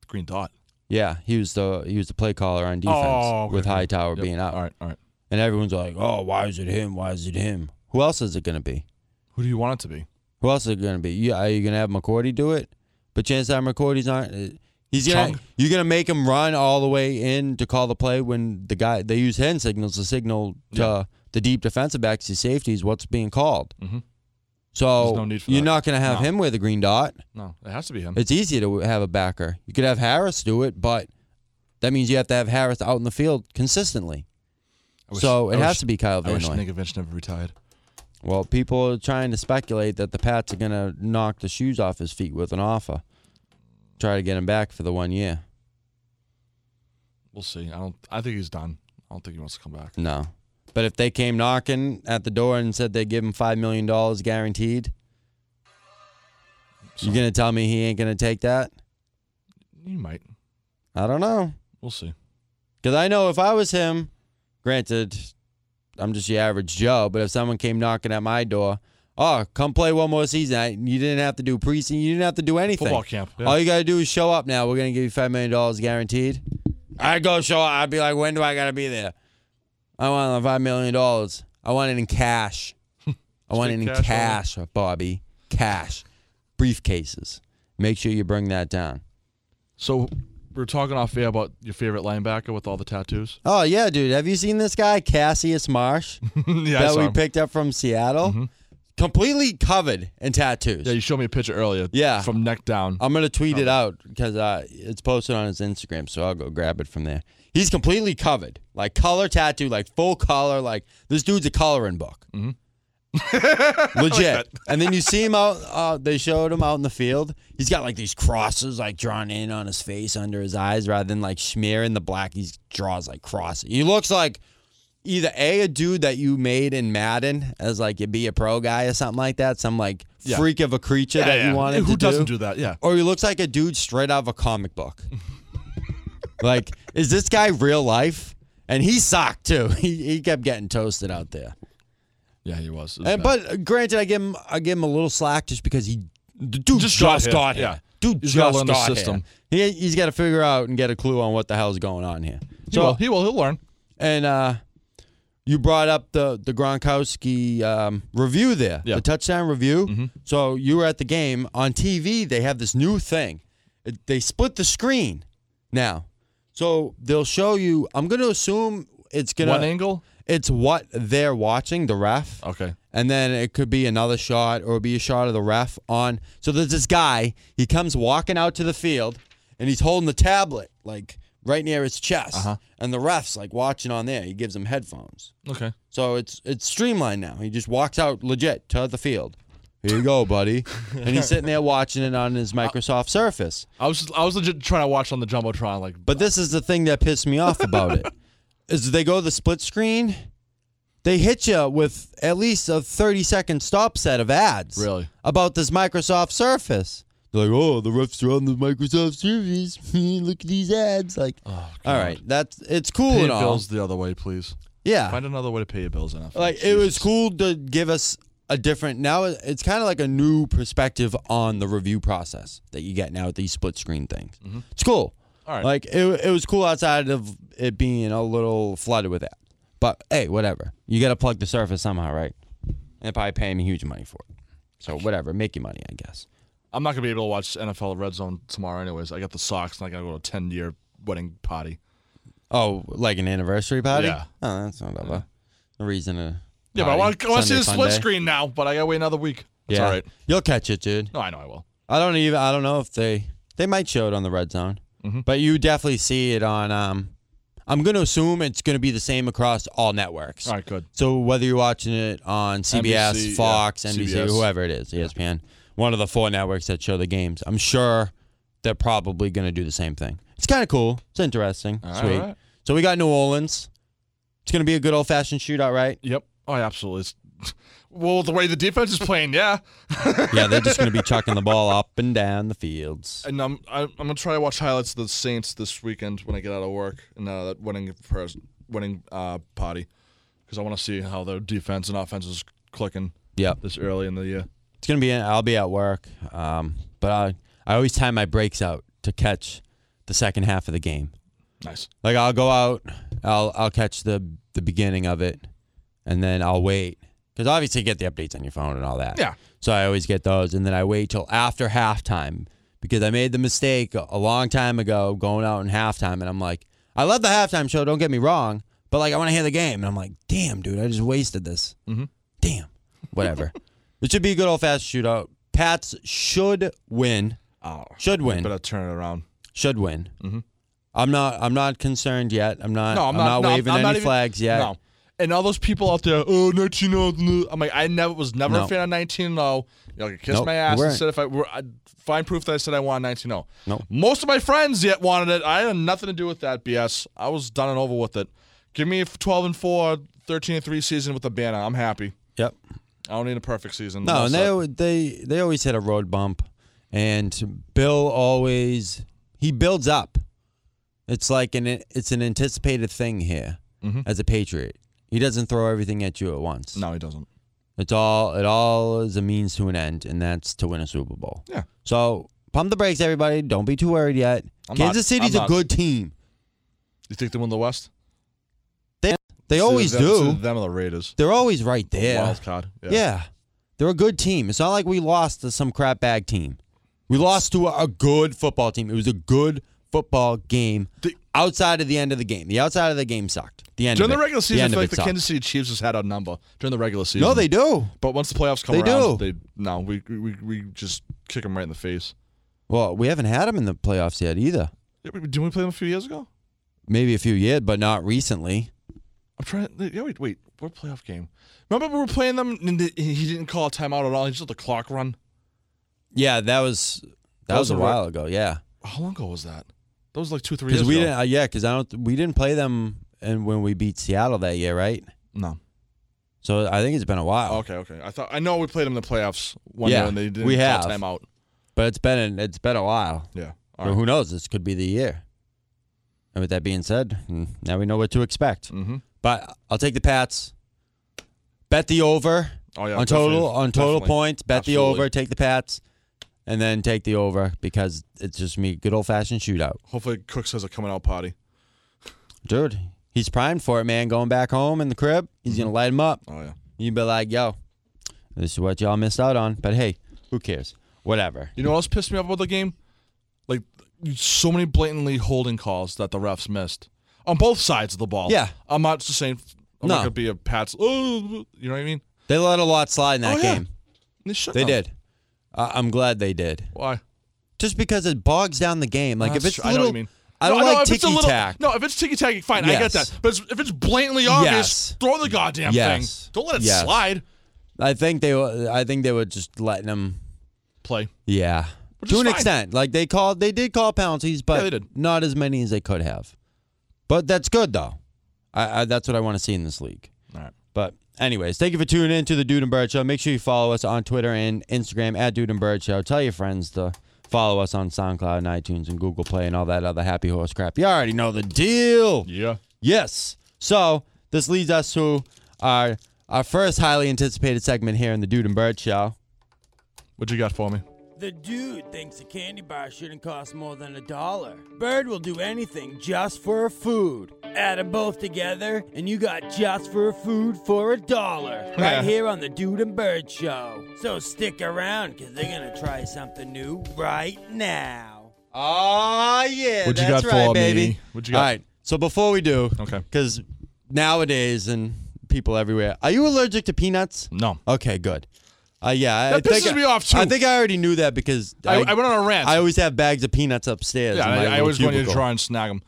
Speaker 2: Green dot.
Speaker 1: Yeah, he was the he was the play caller on defense
Speaker 2: Oh, okay,
Speaker 1: with
Speaker 2: okay.
Speaker 1: Hightower
Speaker 2: Yep.
Speaker 1: being out.
Speaker 2: All right, all right.
Speaker 1: And everyone's like, oh, why is it him? Why is it him? Who else is it going to be?
Speaker 2: Who do you want it to be?
Speaker 1: Who else is it going to be? You, are you going to have McCourty do it? But chances are McCourty's not. uh, He's gonna,
Speaker 2: Chung.
Speaker 1: you're going to make him run all the way in to call the play when the guy, they use hand signals to signal to
Speaker 2: Yeah.
Speaker 1: the deep defensive backs, the safeties, what's being called.
Speaker 2: Mhm.
Speaker 1: So
Speaker 2: There's no need for
Speaker 1: you're
Speaker 2: that.
Speaker 1: not going to have
Speaker 2: No. Mm-hmm.
Speaker 1: him wear the green dot.
Speaker 2: No, it has to be him.
Speaker 1: It's easy to have a backer. You could have Harris do it, but that means you have to have Harris out in the field consistently.
Speaker 2: I wish-
Speaker 1: so it
Speaker 2: I
Speaker 1: has
Speaker 2: wish-
Speaker 1: to be Kyle
Speaker 2: I
Speaker 1: Van
Speaker 2: wish
Speaker 1: Noy.
Speaker 2: Ninkovich never retired.
Speaker 1: Well, people are trying to speculate that the Pats are going to knock the shoes off his feet with an offer. Try to get him back for the one year.
Speaker 2: We'll see. I don't. I think he's done. I don't think he wants to come back.
Speaker 1: No. But if they came knocking at the door and said they'd give him $5 million guaranteed,
Speaker 2: So,
Speaker 1: you going to tell me he ain't going to take that?
Speaker 2: he might.
Speaker 1: I don't know.
Speaker 2: We'll see.
Speaker 1: Because I know if I was him, granted, I'm just your average Joe, but if someone came knocking at my door, oh, come play one more season. I, you didn't have to do preseason. You didn't have to do anything.
Speaker 2: Football camp. Yeah.
Speaker 1: All you gotta do is show up now. We're gonna give you five million dollars guaranteed. I go show up. I'd be like, when do I gotta be there? I want the five million dollars. I want it in cash. I want it in
Speaker 2: Straight
Speaker 1: cash,
Speaker 2: cash,
Speaker 1: Bobby. Cash. Briefcases. Make sure you bring that down.
Speaker 2: So we are talking off air about your favorite linebacker with all the tattoos.
Speaker 1: Oh yeah, dude. Have you seen this guy, Cassius Marsh,
Speaker 2: yeah,
Speaker 1: that
Speaker 2: I saw
Speaker 1: we
Speaker 2: him. Mm-hmm.
Speaker 1: picked up from Seattle? Completely covered in tattoos.
Speaker 2: Yeah, you showed me a picture earlier.
Speaker 1: Yeah. Oh,
Speaker 2: from neck down.
Speaker 1: I'm gonna tweet it out because uh, it's posted on his Instagram, so I'll go grab it from there. He's completely covered, like color tattoo, like full color, like this dude's a coloring book,
Speaker 2: Mm-hmm.
Speaker 1: legit. and then you see him out. Uh, they showed him out in the field. He's got like these crosses, like drawn in on his face, under his eyes, rather than like smearing the black. He draws like crosses. He looks like either a a dude that you made in Madden as like you be a pro guy or something like that, some like
Speaker 2: Yeah.
Speaker 1: freak of a creature that you wanted
Speaker 2: Who
Speaker 1: to
Speaker 2: doesn't do that? Yeah.
Speaker 1: or he looks like a dude straight out of a comic book. like, is this guy real life? And he sucked too. He, he kept getting toasted out there.
Speaker 2: Yeah, he was. It was
Speaker 1: And,
Speaker 2: bad.
Speaker 1: but granted, I give him I give him a little slack just because he the dude just,
Speaker 2: Just got here.
Speaker 1: got here.
Speaker 2: Yeah.
Speaker 1: Dude
Speaker 2: He's gotta
Speaker 1: just
Speaker 2: learn the
Speaker 1: got
Speaker 2: system.
Speaker 1: here. He, he's got to figure out and get a clue on what the hell's going on here.
Speaker 2: he will. He will. He'll learn.
Speaker 1: And uh, you brought up the the Gronkowski um, review there,
Speaker 2: Yeah.
Speaker 1: the touchdown review. So you were at the game on TV. They have this new thing. they split the screen now, so they'll show you. I'm going to assume it's gonna
Speaker 2: One angle.
Speaker 1: it's what they're watching the ref,
Speaker 2: Okay.
Speaker 1: and then it could be another shot or it'll be a shot of the ref on. So there's this guy. He comes walking out to the field, and he's holding the tablet like right near his chest,
Speaker 2: Uh-huh.
Speaker 1: and the ref's like watching on there. He gives him headphones.
Speaker 2: Okay.
Speaker 1: So it's it's streamlined now. He just walks out legit to the field. Here you go, buddy. and he's sitting there watching it on his Microsoft Surface.
Speaker 2: I was I was legit trying to watch on the jumbotron. Like,
Speaker 1: But this is the thing that pissed me off about it is they go the split screen, they hit you with at least a 30 second stop set of ads.
Speaker 2: Really?
Speaker 1: About this Microsoft Surface. They're like, "Oh, the refs are on the Microsoft Surface. Look at these ads." Like,
Speaker 2: oh, God.
Speaker 1: all right, that's it's cool
Speaker 2: Pay your
Speaker 1: and all.
Speaker 2: bills the other way, please.
Speaker 1: Yeah.
Speaker 2: Find another way to pay your bills. Enough.
Speaker 1: like it was cool to give us a different now it- it's kind of like a new perspective on the review process that you get now with these split screen things it's cool
Speaker 2: Mm-hmm. All right.
Speaker 1: like it, it was cool outside of it being a little flooded with that but hey whatever you gotta plug the surface somehow right and probably pay me huge money for it so whatever make your money i guess
Speaker 2: I'm not gonna be able to watch NFL Red Zone tomorrow, anyways. I got the socks, and I gotta go to a 10 year wedding party.
Speaker 1: oh like an anniversary party
Speaker 2: Yeah.
Speaker 1: oh that's not a, a reason to
Speaker 2: Yeah, but I want to see
Speaker 1: Sunday
Speaker 2: the split
Speaker 1: fun day.
Speaker 2: screen now. But I gotta wait another week. That's
Speaker 1: yeah
Speaker 2: all right.
Speaker 1: you'll catch it dude
Speaker 2: No, I know I will.
Speaker 1: I don't even. I don't know if they they might show it on the red zone,
Speaker 2: Mhm.
Speaker 1: but you definitely see it on. Um, I'm going to assume it's going to be the same across all networks.
Speaker 2: All right, good.
Speaker 1: So whether you're watching it on CBS,
Speaker 2: NBC, yeah,
Speaker 1: Fox, NBC,
Speaker 2: CBS.
Speaker 1: whoever it is, E ESPN, one of the four networks that show the games, I'm sure they're probably going to do the same thing. It's kind of cool. It's interesting.
Speaker 2: All
Speaker 1: Sweet.
Speaker 2: right.
Speaker 1: So we got New Orleans. It's going to be a good old fashioned shootout, right?
Speaker 2: Yep. Oh, yeah, absolutely. It's, well, the way the defense is playing, yeah.
Speaker 1: yeah, they're just going to be chucking the ball up and down the fields.
Speaker 2: And I'm I, I'm gonna try to watch highlights of the Saints this weekend when I get out of work and uh, that winning pers- winning uh, party because I want to see how their defense and offense is clicking
Speaker 1: Yep.
Speaker 2: this early in the year.
Speaker 1: It's gonna be. I'll be at work, um, but I I always time my breaks out to catch the second half of the game.
Speaker 2: Nice.
Speaker 1: Like I'll go out, I'll I'll catch the the beginning of it, and then I'll wait because obviously you get the updates on your phone and all that.
Speaker 2: Yeah.
Speaker 1: So I always get those, and then I wait till after halftime because I made the mistake a a long time ago going out in halftime, and I'm like, I love the halftime show. Don't get me wrong, but like I want to hear the game, and I'm like, damn, dude, I just wasted this.
Speaker 2: Mhm.
Speaker 1: Damn, whatever. it should be a good old fashioned shootout. Pats should win.
Speaker 2: Oh,
Speaker 1: Should win.
Speaker 2: better turn it around.
Speaker 1: Should win.
Speaker 2: Mhm.
Speaker 1: I'm not. I'm not concerned yet. I'm not.
Speaker 2: No, I'm, not, no,
Speaker 1: waving
Speaker 2: I'm
Speaker 1: any
Speaker 2: not even-
Speaker 1: flags yet.
Speaker 2: No. And all those people out there, oh, 19 oh, I'm like, I never was never
Speaker 1: No.
Speaker 2: a fan of 19 0. Y'all can kiss
Speaker 1: Nope,
Speaker 2: my ass.
Speaker 1: you
Speaker 2: and
Speaker 1: weren't.
Speaker 2: said if I were, I'd find proof that I said I wanted 19 0.
Speaker 1: Nope.
Speaker 2: Most of my friends yet wanted it. I had nothing to do with that BS. I was done and over with it. Give me a 12 and 4, 13 and 3 season with a banner. I'm happy.
Speaker 1: Yep.
Speaker 2: I don't need a perfect season.
Speaker 1: No, and
Speaker 2: That's it.
Speaker 1: they they they always hit a road bump, and Bill always he builds up. It's like an it's an anticipated thing here
Speaker 2: Mhm.
Speaker 1: as a Patriot. He doesn't throw everything at you at once.
Speaker 2: No, he doesn't.
Speaker 1: It's all it all is a means to an end, and that's to win a Super Bowl.
Speaker 2: Yeah.
Speaker 1: So pump the brakes, everybody. Don't be too worried yet.
Speaker 2: I'm
Speaker 1: Kansas
Speaker 2: not-
Speaker 1: City's a
Speaker 2: I'm not-
Speaker 1: good team.
Speaker 2: You think they win the West?
Speaker 1: They always
Speaker 2: It's either them- it's
Speaker 1: do.
Speaker 2: either Them or the Oh, Raiders.
Speaker 1: They're always right there.
Speaker 2: Wild card. Yeah.
Speaker 1: Yeah. They're a good team. It's not like we lost to some crap bag team. We lost to a, a good football team. It was a good football game
Speaker 2: The-
Speaker 1: outside of the end of the game. The outside of the game sucked. The end
Speaker 2: During
Speaker 1: of
Speaker 2: the
Speaker 1: it-
Speaker 2: regular
Speaker 1: end
Speaker 2: season, I feel
Speaker 1: of
Speaker 2: like
Speaker 1: it
Speaker 2: the
Speaker 1: sucked.
Speaker 2: Kansas City Chiefs has had our number during the regular season.
Speaker 1: No, they do.
Speaker 2: But once the playoffs come
Speaker 1: They
Speaker 2: around,
Speaker 1: do.
Speaker 2: they no, we, we we just kick them right in the face.
Speaker 1: Well, we haven't had them in the playoffs yet either.
Speaker 2: Yeah, we- Didn't we play them a few years ago?
Speaker 1: Maybe a few years, but not recently.
Speaker 2: I'm trying. Yeah, wait, wait. What playoff game? Remember we were playing them, and the, he didn't call a timeout at all. He just let the clock run.
Speaker 1: Yeah, that was that,
Speaker 2: That
Speaker 1: was,
Speaker 2: was
Speaker 1: a
Speaker 2: a
Speaker 1: while ago. Yeah,
Speaker 2: How long ago was that? That was like two, three years
Speaker 1: because we
Speaker 2: ago.
Speaker 1: didn't. Uh, yeah, because I don't. We didn't play them, and when we beat Seattle that year, right?
Speaker 2: No.
Speaker 1: So I think it's been a while.
Speaker 2: Okay, okay. I thought I know we played them in the playoffs one
Speaker 1: Oh. Yeah,
Speaker 2: year, and they didn't
Speaker 1: we
Speaker 2: call
Speaker 1: have.
Speaker 2: a timeout.
Speaker 1: But it's been an, it's been a while.
Speaker 2: Yeah.
Speaker 1: So
Speaker 2: All right.
Speaker 1: who knows? This could be the year. And with that being said, mm, now we know what to expect.
Speaker 2: Mm-hmm.
Speaker 1: But I'll take the Pats. Bet the over
Speaker 2: Oh yeah.
Speaker 1: on
Speaker 2: definitely,
Speaker 1: total on total
Speaker 2: definitely.
Speaker 1: points. Bet the
Speaker 2: Absolutely.
Speaker 1: over. Take the Pats, and then take the over because it's just me good old fashioned shootout,
Speaker 2: Hopefully, Cooks has a coming out party.
Speaker 1: dude. He's primed for it, man. Going back home in the crib, he's gonna light him up.
Speaker 2: Oh yeah.
Speaker 1: You'd be like, yo, this is what y'all missed out on. But hey, who cares? Whatever.
Speaker 2: You know what else pissed me off about the game? Like so many blatantly holding calls that the refs missed on both sides of the ball.
Speaker 1: Yeah.
Speaker 2: I'm not just saying. I'm
Speaker 1: No.
Speaker 2: not gonna be a Pats. Oh, you know what I mean?
Speaker 1: They let a lot slide in that
Speaker 2: Oh, yeah. Oh.
Speaker 1: game.
Speaker 2: They should.
Speaker 1: They
Speaker 2: have.
Speaker 1: did. I I'm glad they did.
Speaker 2: Why?
Speaker 1: Just because it bogs down the game. Like
Speaker 2: That's
Speaker 1: if it's
Speaker 2: true.
Speaker 1: little,
Speaker 2: I know what you mean.
Speaker 1: I don't
Speaker 2: No, no,
Speaker 1: like
Speaker 2: if it's a
Speaker 1: ticky
Speaker 2: little-
Speaker 1: tack.
Speaker 2: No, if it's ticky tack, fine. I
Speaker 1: Yes.
Speaker 2: get that. But it's- if it's blatantly obvious,
Speaker 1: Yes.
Speaker 2: throw the goddamn
Speaker 1: Yes.
Speaker 2: thing. Don't let it
Speaker 1: Yes.
Speaker 2: slide.
Speaker 1: I think they were. I think they were just letting them.
Speaker 2: Play.
Speaker 1: Yeah,
Speaker 2: Which
Speaker 1: to
Speaker 2: is
Speaker 1: an
Speaker 2: fine.
Speaker 1: extent. Like they called, they did call penalties, but
Speaker 2: Yeah, they did.
Speaker 1: not as many as they could have. But that's good though. I, I that's what I want to see in this league.
Speaker 2: All right.
Speaker 1: But anyways, thank you for tuning in to the Dude and Bird Show. Make sure you follow us on Twitter and Instagram at Dude and Bird Show. Tell your friends to follow us on SoundCloud and iTunes and Google Play and all that other happy horse crap. You already know the deal.
Speaker 2: Yeah.
Speaker 1: Yes. So this leads us to our our first highly anticipated segment here in the Dude and Bird Show.
Speaker 2: What you got for me?
Speaker 3: The dude thinks a candy bar shouldn't cost more than a dollar. Bird will do anything just for a food. Add them both together, and you got just for a food for a dollar. Right here on the Dude and Bird Show. So stick around, because they're going to try something new right now.
Speaker 1: Oh yeah,
Speaker 2: What you
Speaker 1: that's
Speaker 2: got for
Speaker 1: right,
Speaker 2: me?
Speaker 1: baby.
Speaker 2: What you got?
Speaker 1: All right. So before we do,
Speaker 2: Okay.
Speaker 1: because nowadays and people everywhere, are you allergic to peanuts?
Speaker 2: No.
Speaker 1: Okay, good. Uh, yeah,
Speaker 2: That
Speaker 1: I think
Speaker 2: pisses
Speaker 1: I-
Speaker 2: me off, too.
Speaker 1: I think I already knew that because
Speaker 2: I, I went on a rant.
Speaker 1: I always have bags of peanuts upstairs.
Speaker 2: yeah,
Speaker 1: in my
Speaker 2: I, I
Speaker 1: little
Speaker 2: always want you to
Speaker 1: cubicle.
Speaker 2: try and snag them.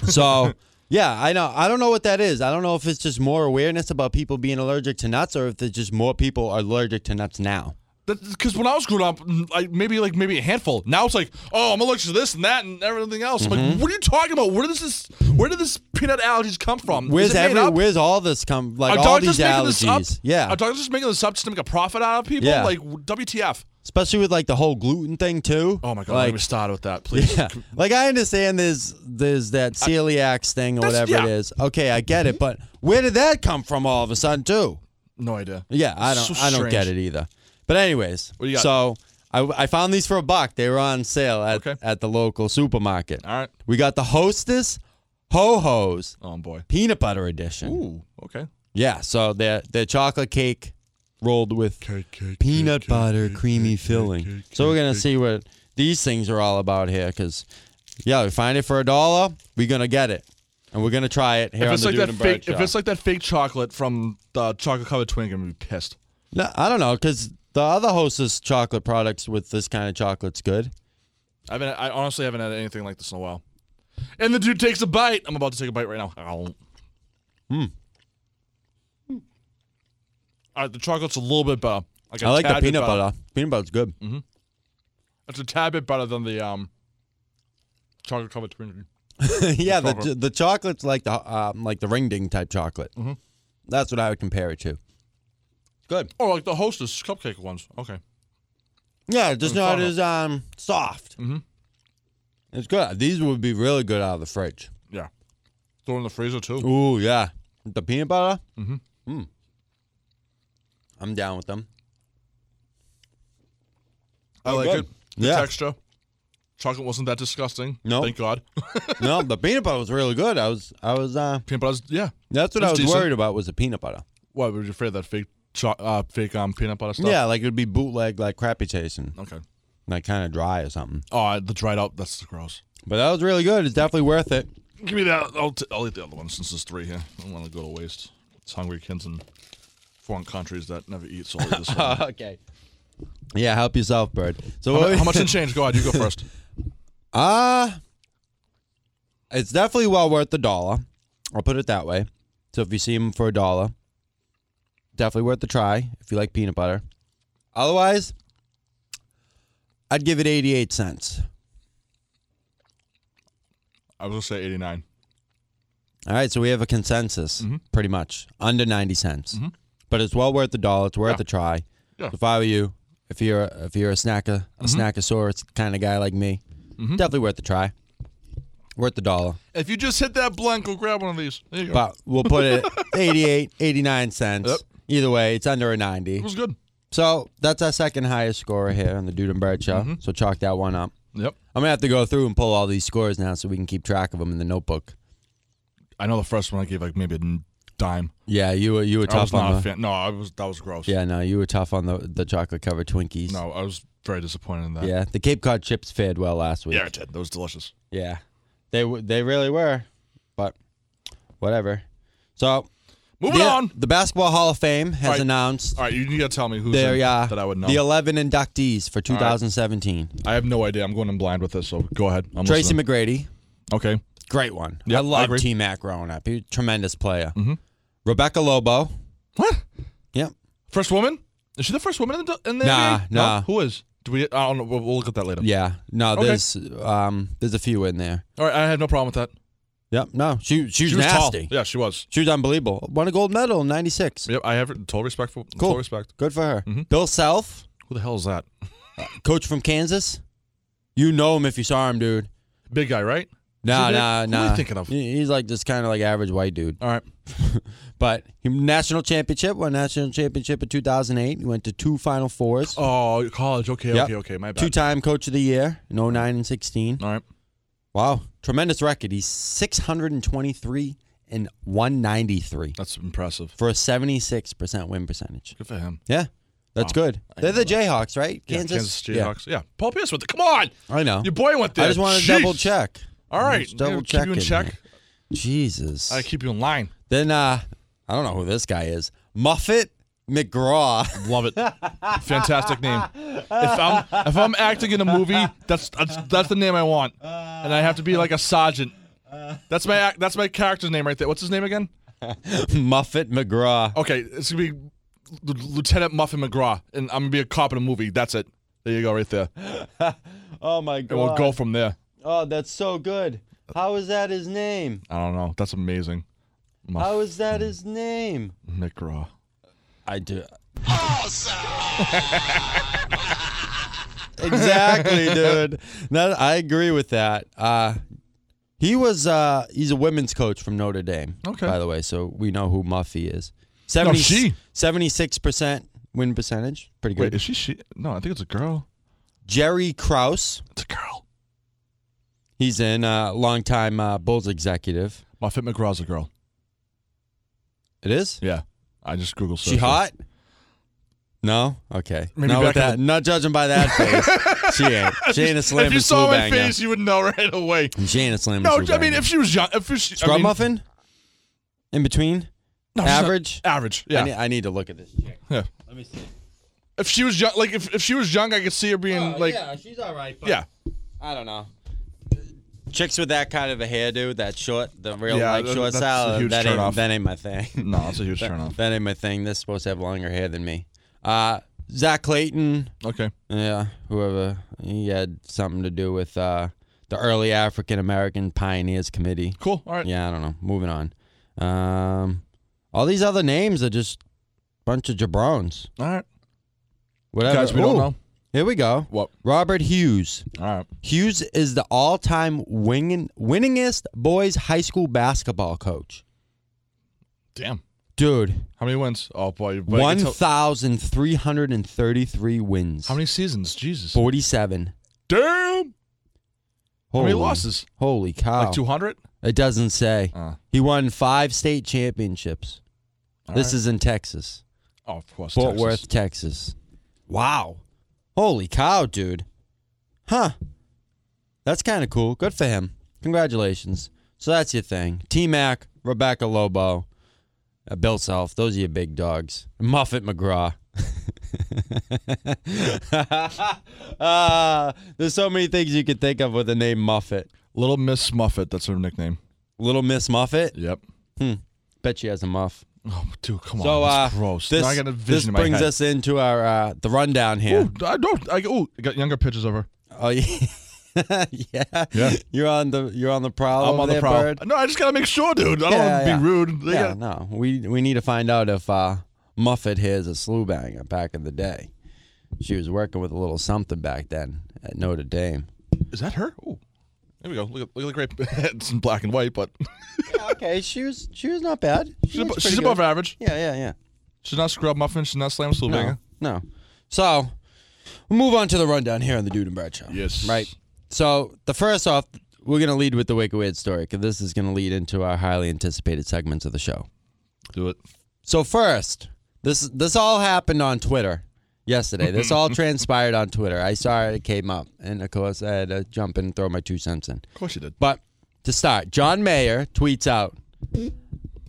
Speaker 1: So yeah, I know. I don't know what that is. I don't know if it's just more awareness about people being allergic to nuts, or if there's just more people are allergic to nuts now.
Speaker 2: Because when I was growing up, mm, like maybe like maybe a handful. Now it's like, oh, I'm allergic to this and that and everything else. I'm
Speaker 1: Mm-hmm.
Speaker 2: Like, what are you talking about? Where does this? Where did this peanut allergies come from?
Speaker 1: Where's
Speaker 2: Is it made
Speaker 1: every?
Speaker 2: up?
Speaker 1: Where's all this come? Like
Speaker 2: Are
Speaker 1: all
Speaker 2: doctors
Speaker 1: these
Speaker 2: making this up?
Speaker 1: allergies? Yeah,
Speaker 2: Are doctors just making this up just to make a profit out of people?
Speaker 1: Yeah.
Speaker 2: Like WTF?
Speaker 1: especially with like the whole gluten thing too.
Speaker 2: Oh my god! let
Speaker 1: Like,
Speaker 2: me start with that, please.
Speaker 1: yeah. like I understand there's there's that celiac thing or
Speaker 2: That's-
Speaker 1: whatever it
Speaker 2: yeah. Mm-hmm.
Speaker 1: is. Okay, I get it, but where did that come from all of a sudden too?
Speaker 2: No idea.
Speaker 1: Yeah, I don't
Speaker 2: So
Speaker 1: I don't get it
Speaker 2: strange.
Speaker 1: either. But anyways,
Speaker 2: What do you got?
Speaker 1: so I, I found these for a buck. They were on sale at
Speaker 2: Okay.
Speaker 1: at the local supermarket.
Speaker 2: All right.
Speaker 1: We got the Hostess Ho Ho's
Speaker 2: Oh boy.
Speaker 1: peanut butter edition.
Speaker 2: Ooh. Okay.
Speaker 1: Yeah, so they're they're chocolate cake rolled with peanut butter creamy filling. so we're gonna see what these things are all about here, because yeah, we find it for a dollar, we're gonna get it, and we're gonna try it here
Speaker 2: If
Speaker 1: on
Speaker 2: it's
Speaker 1: the
Speaker 2: like
Speaker 1: Dude
Speaker 2: that
Speaker 1: and
Speaker 2: fake,
Speaker 1: Bird
Speaker 2: if
Speaker 1: Show.
Speaker 2: it's like that fake chocolate from the chocolate covered twink, I'm gonna be pissed.
Speaker 1: no, I don't know, because the other Hostess chocolate products with this kind of chocolate's good.
Speaker 2: I haven't. I honestly haven't had anything like this in a while. And the dude takes a bite. I'm about to take a bite right now. Ow. Hmm. All right. Hmm. Uh, The chocolate's a little bit better. Like a
Speaker 1: I like the
Speaker 2: tad bit
Speaker 1: peanut butter. Peanut butter's good.
Speaker 2: Mm-hmm. It's a tad bit better than the um chocolate covered twink.
Speaker 1: yeah, the
Speaker 2: chocolate.
Speaker 1: the chocolate's like the um, like the ring ding type chocolate.
Speaker 2: Mm-hmm.
Speaker 1: That's what I would compare it to. Good.
Speaker 2: Oh, like the Hostess cupcake ones. Okay.
Speaker 1: Yeah, just
Speaker 2: Mm,
Speaker 1: not
Speaker 2: caramel.
Speaker 1: as um soft.
Speaker 2: Mhm.
Speaker 1: It's good. These would be really good out of the fridge.
Speaker 2: Yeah. Throw it in the freezer too.
Speaker 1: Ooh, yeah. The peanut butter. Mm-hmm. Mm. I'm down with them.
Speaker 2: I like
Speaker 1: good.
Speaker 2: it. The
Speaker 1: Yeah.
Speaker 2: texture. Chocolate wasn't that disgusting.
Speaker 1: No.
Speaker 2: Thank God.
Speaker 1: no, the peanut butter was really good. I was, I was. Uh,
Speaker 2: peanut butter's yeah.
Speaker 1: that's what
Speaker 2: It's
Speaker 1: I was
Speaker 2: decent.
Speaker 1: worried about was the peanut butter.
Speaker 2: What were you afraid of that fake cho- uh, fake um peanut butter stuff?
Speaker 1: Yeah, like it would be bootleg, like crappy tasting,
Speaker 2: Okay.
Speaker 1: like kind of dry or something.
Speaker 2: Oh, the dried up. That's gross.
Speaker 1: But that was really good. It's definitely worth it.
Speaker 2: Give me that. I'll, t- I'll eat the other one since there's three here. I don't want to go to waste. It's hungry kids in foreign countries that never eat, so I'll eat this one.
Speaker 1: okay. Yeah, help yourself, bird. So
Speaker 2: How
Speaker 1: what
Speaker 2: mu-
Speaker 1: we-
Speaker 2: How much in change? Go ahead. You go first.
Speaker 1: Uh it's definitely well worth the dollar. I'll put it that way. So if you see them for a dollar, definitely worth the try if you like peanut butter. Otherwise, I'd give it 88 cents.
Speaker 2: I was gonna say 89.
Speaker 1: All right, so we have a consensus
Speaker 2: Mm-hmm.
Speaker 1: pretty much under 90 cents. But it's well worth the dollar. It's worth
Speaker 2: Yeah.
Speaker 1: a try.
Speaker 2: Yeah. Mm-hmm.
Speaker 1: If I were you, if you're if you're a snacker, a snackosaurus kind of guy like me, definitely worth the try. Worth the dollar.
Speaker 2: If you just hit that blank, go grab one of these. There you go.
Speaker 1: but we'll put it 88 89 cents
Speaker 2: Yep. Mm-hmm.
Speaker 1: either way it's under a
Speaker 2: It
Speaker 1: 90
Speaker 2: was good.
Speaker 1: so that's our second highest score here on the dude and bird
Speaker 2: Mm-hmm.
Speaker 1: show so chalk that one up
Speaker 2: Yep.
Speaker 1: i'm gonna have to go through and pull all these scores now so we can keep track of them in the notebook
Speaker 2: I know the first one I gave like maybe a n- dime.
Speaker 1: yeah you were you were
Speaker 2: I was
Speaker 1: tough
Speaker 2: not
Speaker 1: on
Speaker 2: a
Speaker 1: the
Speaker 2: fan. No, I was. That was gross.
Speaker 1: yeah no you were tough on the the chocolate covered twinkies
Speaker 2: No, I was very disappointed in that.
Speaker 1: Yeah, the Cape Cod chips fared well last week.
Speaker 2: Yeah, it did. That was delicious.
Speaker 1: Yeah. They w- they really were, but whatever. So
Speaker 2: Moving
Speaker 1: the,
Speaker 2: on.
Speaker 1: the Basketball Hall of Fame has
Speaker 2: Alright.
Speaker 1: announced
Speaker 2: All right, you need to tell me who's
Speaker 1: their
Speaker 2: in
Speaker 1: yeah
Speaker 2: that I would know.
Speaker 1: the 11 inductees for 2017.
Speaker 2: I have no idea. I'm going in blind with this, so go ahead. I'm
Speaker 1: Tracy
Speaker 2: listening.
Speaker 1: McGrady,
Speaker 2: okay.
Speaker 1: great one.
Speaker 2: Yep, I
Speaker 1: I love
Speaker 2: agree. Mm-hmm.
Speaker 1: T Mac growing up. He's a tremendous player. Rebecca Lobo.
Speaker 2: What?
Speaker 1: Yep.
Speaker 2: First woman? Is she the first woman in the, in the
Speaker 1: Nah,
Speaker 2: NBA?
Speaker 1: nah.
Speaker 2: No. Who is? Do we? I don't know. We'll, we'll look at that later.
Speaker 1: Yeah. No,
Speaker 2: Okay.
Speaker 1: there's um there's a few in there.
Speaker 2: All right. I have no problem with that.
Speaker 1: Yep. No, she she was,
Speaker 2: She was
Speaker 1: nasty.
Speaker 2: tall. Yeah, she was.
Speaker 1: She was unbelievable. Won a gold medal in '96.
Speaker 2: Yep. I have total respect for.
Speaker 1: Cool.
Speaker 2: Total respect.
Speaker 1: Good for her.
Speaker 2: Mm-hmm.
Speaker 1: Bill Self,
Speaker 2: Who the hell is that?
Speaker 1: coach from Kansas. You know him if you saw him, dude.
Speaker 2: Big guy, right?
Speaker 1: No,
Speaker 2: Who the-
Speaker 1: no,
Speaker 2: who
Speaker 1: no.
Speaker 2: are you thinking of?
Speaker 1: He- He's like this kind of like average white dude.
Speaker 2: All right.
Speaker 1: But he national championship, won national championship in 2008. He went to two Final Fours.
Speaker 2: Oh, college. Okay.
Speaker 1: Yep.
Speaker 2: Okay. Okay. My bad.
Speaker 1: Two-time coach of the year in 09 and 16.
Speaker 2: All right.
Speaker 1: Wow, tremendous record. He's 623 and 193
Speaker 2: That's impressive.
Speaker 1: for a 76% win percentage.
Speaker 2: Good for him.
Speaker 1: Yeah, that's good. They're the Jayhawks, right?
Speaker 2: Yeah,
Speaker 1: Kansas.
Speaker 2: Kansas Jayhawks. Yeah. Paul Pierce with the. Come on.
Speaker 1: Yeah, I know.
Speaker 2: Your boy went there.
Speaker 1: I just want to double
Speaker 2: Jeez.
Speaker 1: check.
Speaker 2: All right.
Speaker 1: Just double
Speaker 2: Yeah,
Speaker 1: check.
Speaker 2: Keep you in check.
Speaker 1: Jesus.
Speaker 2: I keep you in line.
Speaker 1: Then uh, I don't know who this guy is. Muffet McGraw.
Speaker 2: Love it. Fantastic name. If I'm if I'm acting in a movie, that's that's, that's the name I want. And I have to be like a sergeant. That's my act, that's my character's name right there. What's his name again?
Speaker 1: Muffet McGraw.
Speaker 2: Okay, it's gonna be L- Lieutenant Muffin McGraw, and I'm gonna be a cop in a movie. That's it. There you go, right there. And
Speaker 1: Oh my god.
Speaker 2: we'll go from there.
Speaker 1: Oh, that's so good. How is that his name?
Speaker 2: I don't know. That's amazing. Muffin
Speaker 1: How is that his name?
Speaker 2: McGraw.
Speaker 1: I do. Awesome. exactly, dude. No, I agree with that. Uh, he was uh, he's a women's coach from Notre Dame.
Speaker 2: Okay.
Speaker 1: By the way, so we know who Muffy is. 70,
Speaker 2: she.
Speaker 1: 76% win percentage. Pretty good.
Speaker 2: Wait, is she she? No, I think it's a girl.
Speaker 1: Jerry Krause.
Speaker 2: It's a girl.
Speaker 1: He's in uh, longtime uh, Bulls executive.
Speaker 2: Muffin McGraw's a girl.
Speaker 1: It is?
Speaker 2: Yeah, I just Google searched.
Speaker 1: She
Speaker 2: her.
Speaker 1: hot? No? Okay.
Speaker 2: Maybe
Speaker 1: not, with
Speaker 2: back
Speaker 1: that,
Speaker 2: in
Speaker 1: not judging by that face. she ain't. She ain't a slam
Speaker 2: If you
Speaker 1: and
Speaker 2: saw
Speaker 1: slew
Speaker 2: my
Speaker 1: banger.
Speaker 2: face, you would know right away.
Speaker 1: She ain't a slam and
Speaker 2: No,
Speaker 1: slew
Speaker 2: I mean
Speaker 1: banger.
Speaker 2: if she was young, if she
Speaker 1: Scrub
Speaker 2: I mean,
Speaker 1: muffin? In between?
Speaker 2: no, she's not-
Speaker 1: Average?
Speaker 2: average,
Speaker 1: I,
Speaker 2: yeah.
Speaker 1: need, I need to look at this chick.
Speaker 2: Yeah.
Speaker 1: Let me see.
Speaker 2: If she was young, like if, if she was young, I could see her being like, yeah,
Speaker 1: Oh, yeah, she's all right. But
Speaker 2: yeah,
Speaker 1: I don't know. Chicks with that kind of a hairdo, that short, the real
Speaker 2: Yeah,
Speaker 1: like
Speaker 2: that-
Speaker 1: short
Speaker 2: that's a
Speaker 1: style,
Speaker 2: huge
Speaker 1: that ain't,
Speaker 2: turnoff.
Speaker 1: that ain't my thing.
Speaker 2: No, that's a huge turnoff.
Speaker 1: That ain't my thing. They're supposed to have longer hair than me. Uh, Zach Clayton,
Speaker 2: Okay,
Speaker 1: yeah, whoever he had something to do with uh, the early African American Pioneers Committee.
Speaker 2: cool. All right.
Speaker 1: Yeah, I don't know. Moving on. Um, all these other names are just bunch of jabrons.
Speaker 2: All right.
Speaker 1: Whatever.
Speaker 2: Guys, we don't
Speaker 1: Ooh,
Speaker 2: know.
Speaker 1: Here we go.
Speaker 2: What?
Speaker 1: Robert Hughes.
Speaker 2: All right.
Speaker 1: Hughes is the all-time wingin- winningest boys high school basketball coach.
Speaker 2: Damn.
Speaker 1: Dude,
Speaker 2: How many wins? Oh boy. you- but you
Speaker 1: one
Speaker 2: can tell-
Speaker 1: thousand three hundred and thirty-three wins.
Speaker 2: How many seasons? Jesus.
Speaker 1: Forty-seven.
Speaker 2: Damn.
Speaker 1: Holy,
Speaker 2: many losses?
Speaker 1: Holy cow!
Speaker 2: Like two hundred.
Speaker 1: It doesn't say.
Speaker 2: Uh,
Speaker 1: He won five state championships.
Speaker 2: all
Speaker 1: this
Speaker 2: right.
Speaker 1: is in Texas,
Speaker 2: oh, of course.
Speaker 1: Fort
Speaker 2: Texas.
Speaker 1: Worth, Texas. Wow! Holy cow, dude! Huh? That's kind of cool. Good for him. Congratulations. So that's your thing. T Mac, Rebecca Lobo, uh, Bill Self. Those are your big dogs. Muffet McGraw. Ah, there's so many things you could think of with the name Muffet.
Speaker 2: Little Miss Muffet. That's her nickname.
Speaker 1: Little Miss Muffet.
Speaker 2: Yep.
Speaker 1: Bet she has a muff.
Speaker 2: Oh, dude, come
Speaker 1: So
Speaker 2: on.
Speaker 1: uh,
Speaker 2: That's gross.
Speaker 1: this
Speaker 2: now I got a vision
Speaker 1: this
Speaker 2: in my
Speaker 1: brings
Speaker 2: head.
Speaker 1: us into our uh, the rundown here.
Speaker 2: Ooh, I don't. I, ooh, I got younger pictures of her.
Speaker 1: Oh yeah. yeah,
Speaker 2: Yeah.
Speaker 1: You're on the you're on the prowl.
Speaker 2: I'm
Speaker 1: over
Speaker 2: on the
Speaker 1: there,
Speaker 2: prowl.
Speaker 1: Bird?
Speaker 2: Oh, No, I just gotta make sure, dude. I don't
Speaker 1: Yeah,
Speaker 2: want to
Speaker 1: yeah.
Speaker 2: be rude. They
Speaker 1: Yeah,
Speaker 2: got-
Speaker 1: no, we we need to find out if uh, Muffet here is a slew banger back in the day. She was working with a little something back then at Notre Dame.
Speaker 2: Is that her? Ooh. There we go. Look at, look at the grape. it's in black and white, but
Speaker 1: Yeah, okay, she was she was not bad. She
Speaker 2: she's,
Speaker 1: was
Speaker 2: abo-
Speaker 1: pretty
Speaker 2: she's
Speaker 1: good.
Speaker 2: above average.
Speaker 1: Yeah, yeah, yeah.
Speaker 2: She's not scrub muffin. She's not slam still
Speaker 1: No, no. So we'll move on to the rundown here on the Dude and Brad Show.
Speaker 2: Yes.
Speaker 1: Right. So the first off, we're gonna lead with the Wicked Weird story because this is gonna lead into our highly anticipated segments of the show.
Speaker 2: Do it.
Speaker 1: So first, this this all happened on Twitter. yesterday. This all transpired on Twitter. I saw it, it came up, and of course I had to jump in and throw my two cents in.
Speaker 2: Of course you did.
Speaker 1: But to start, John Mayer tweets out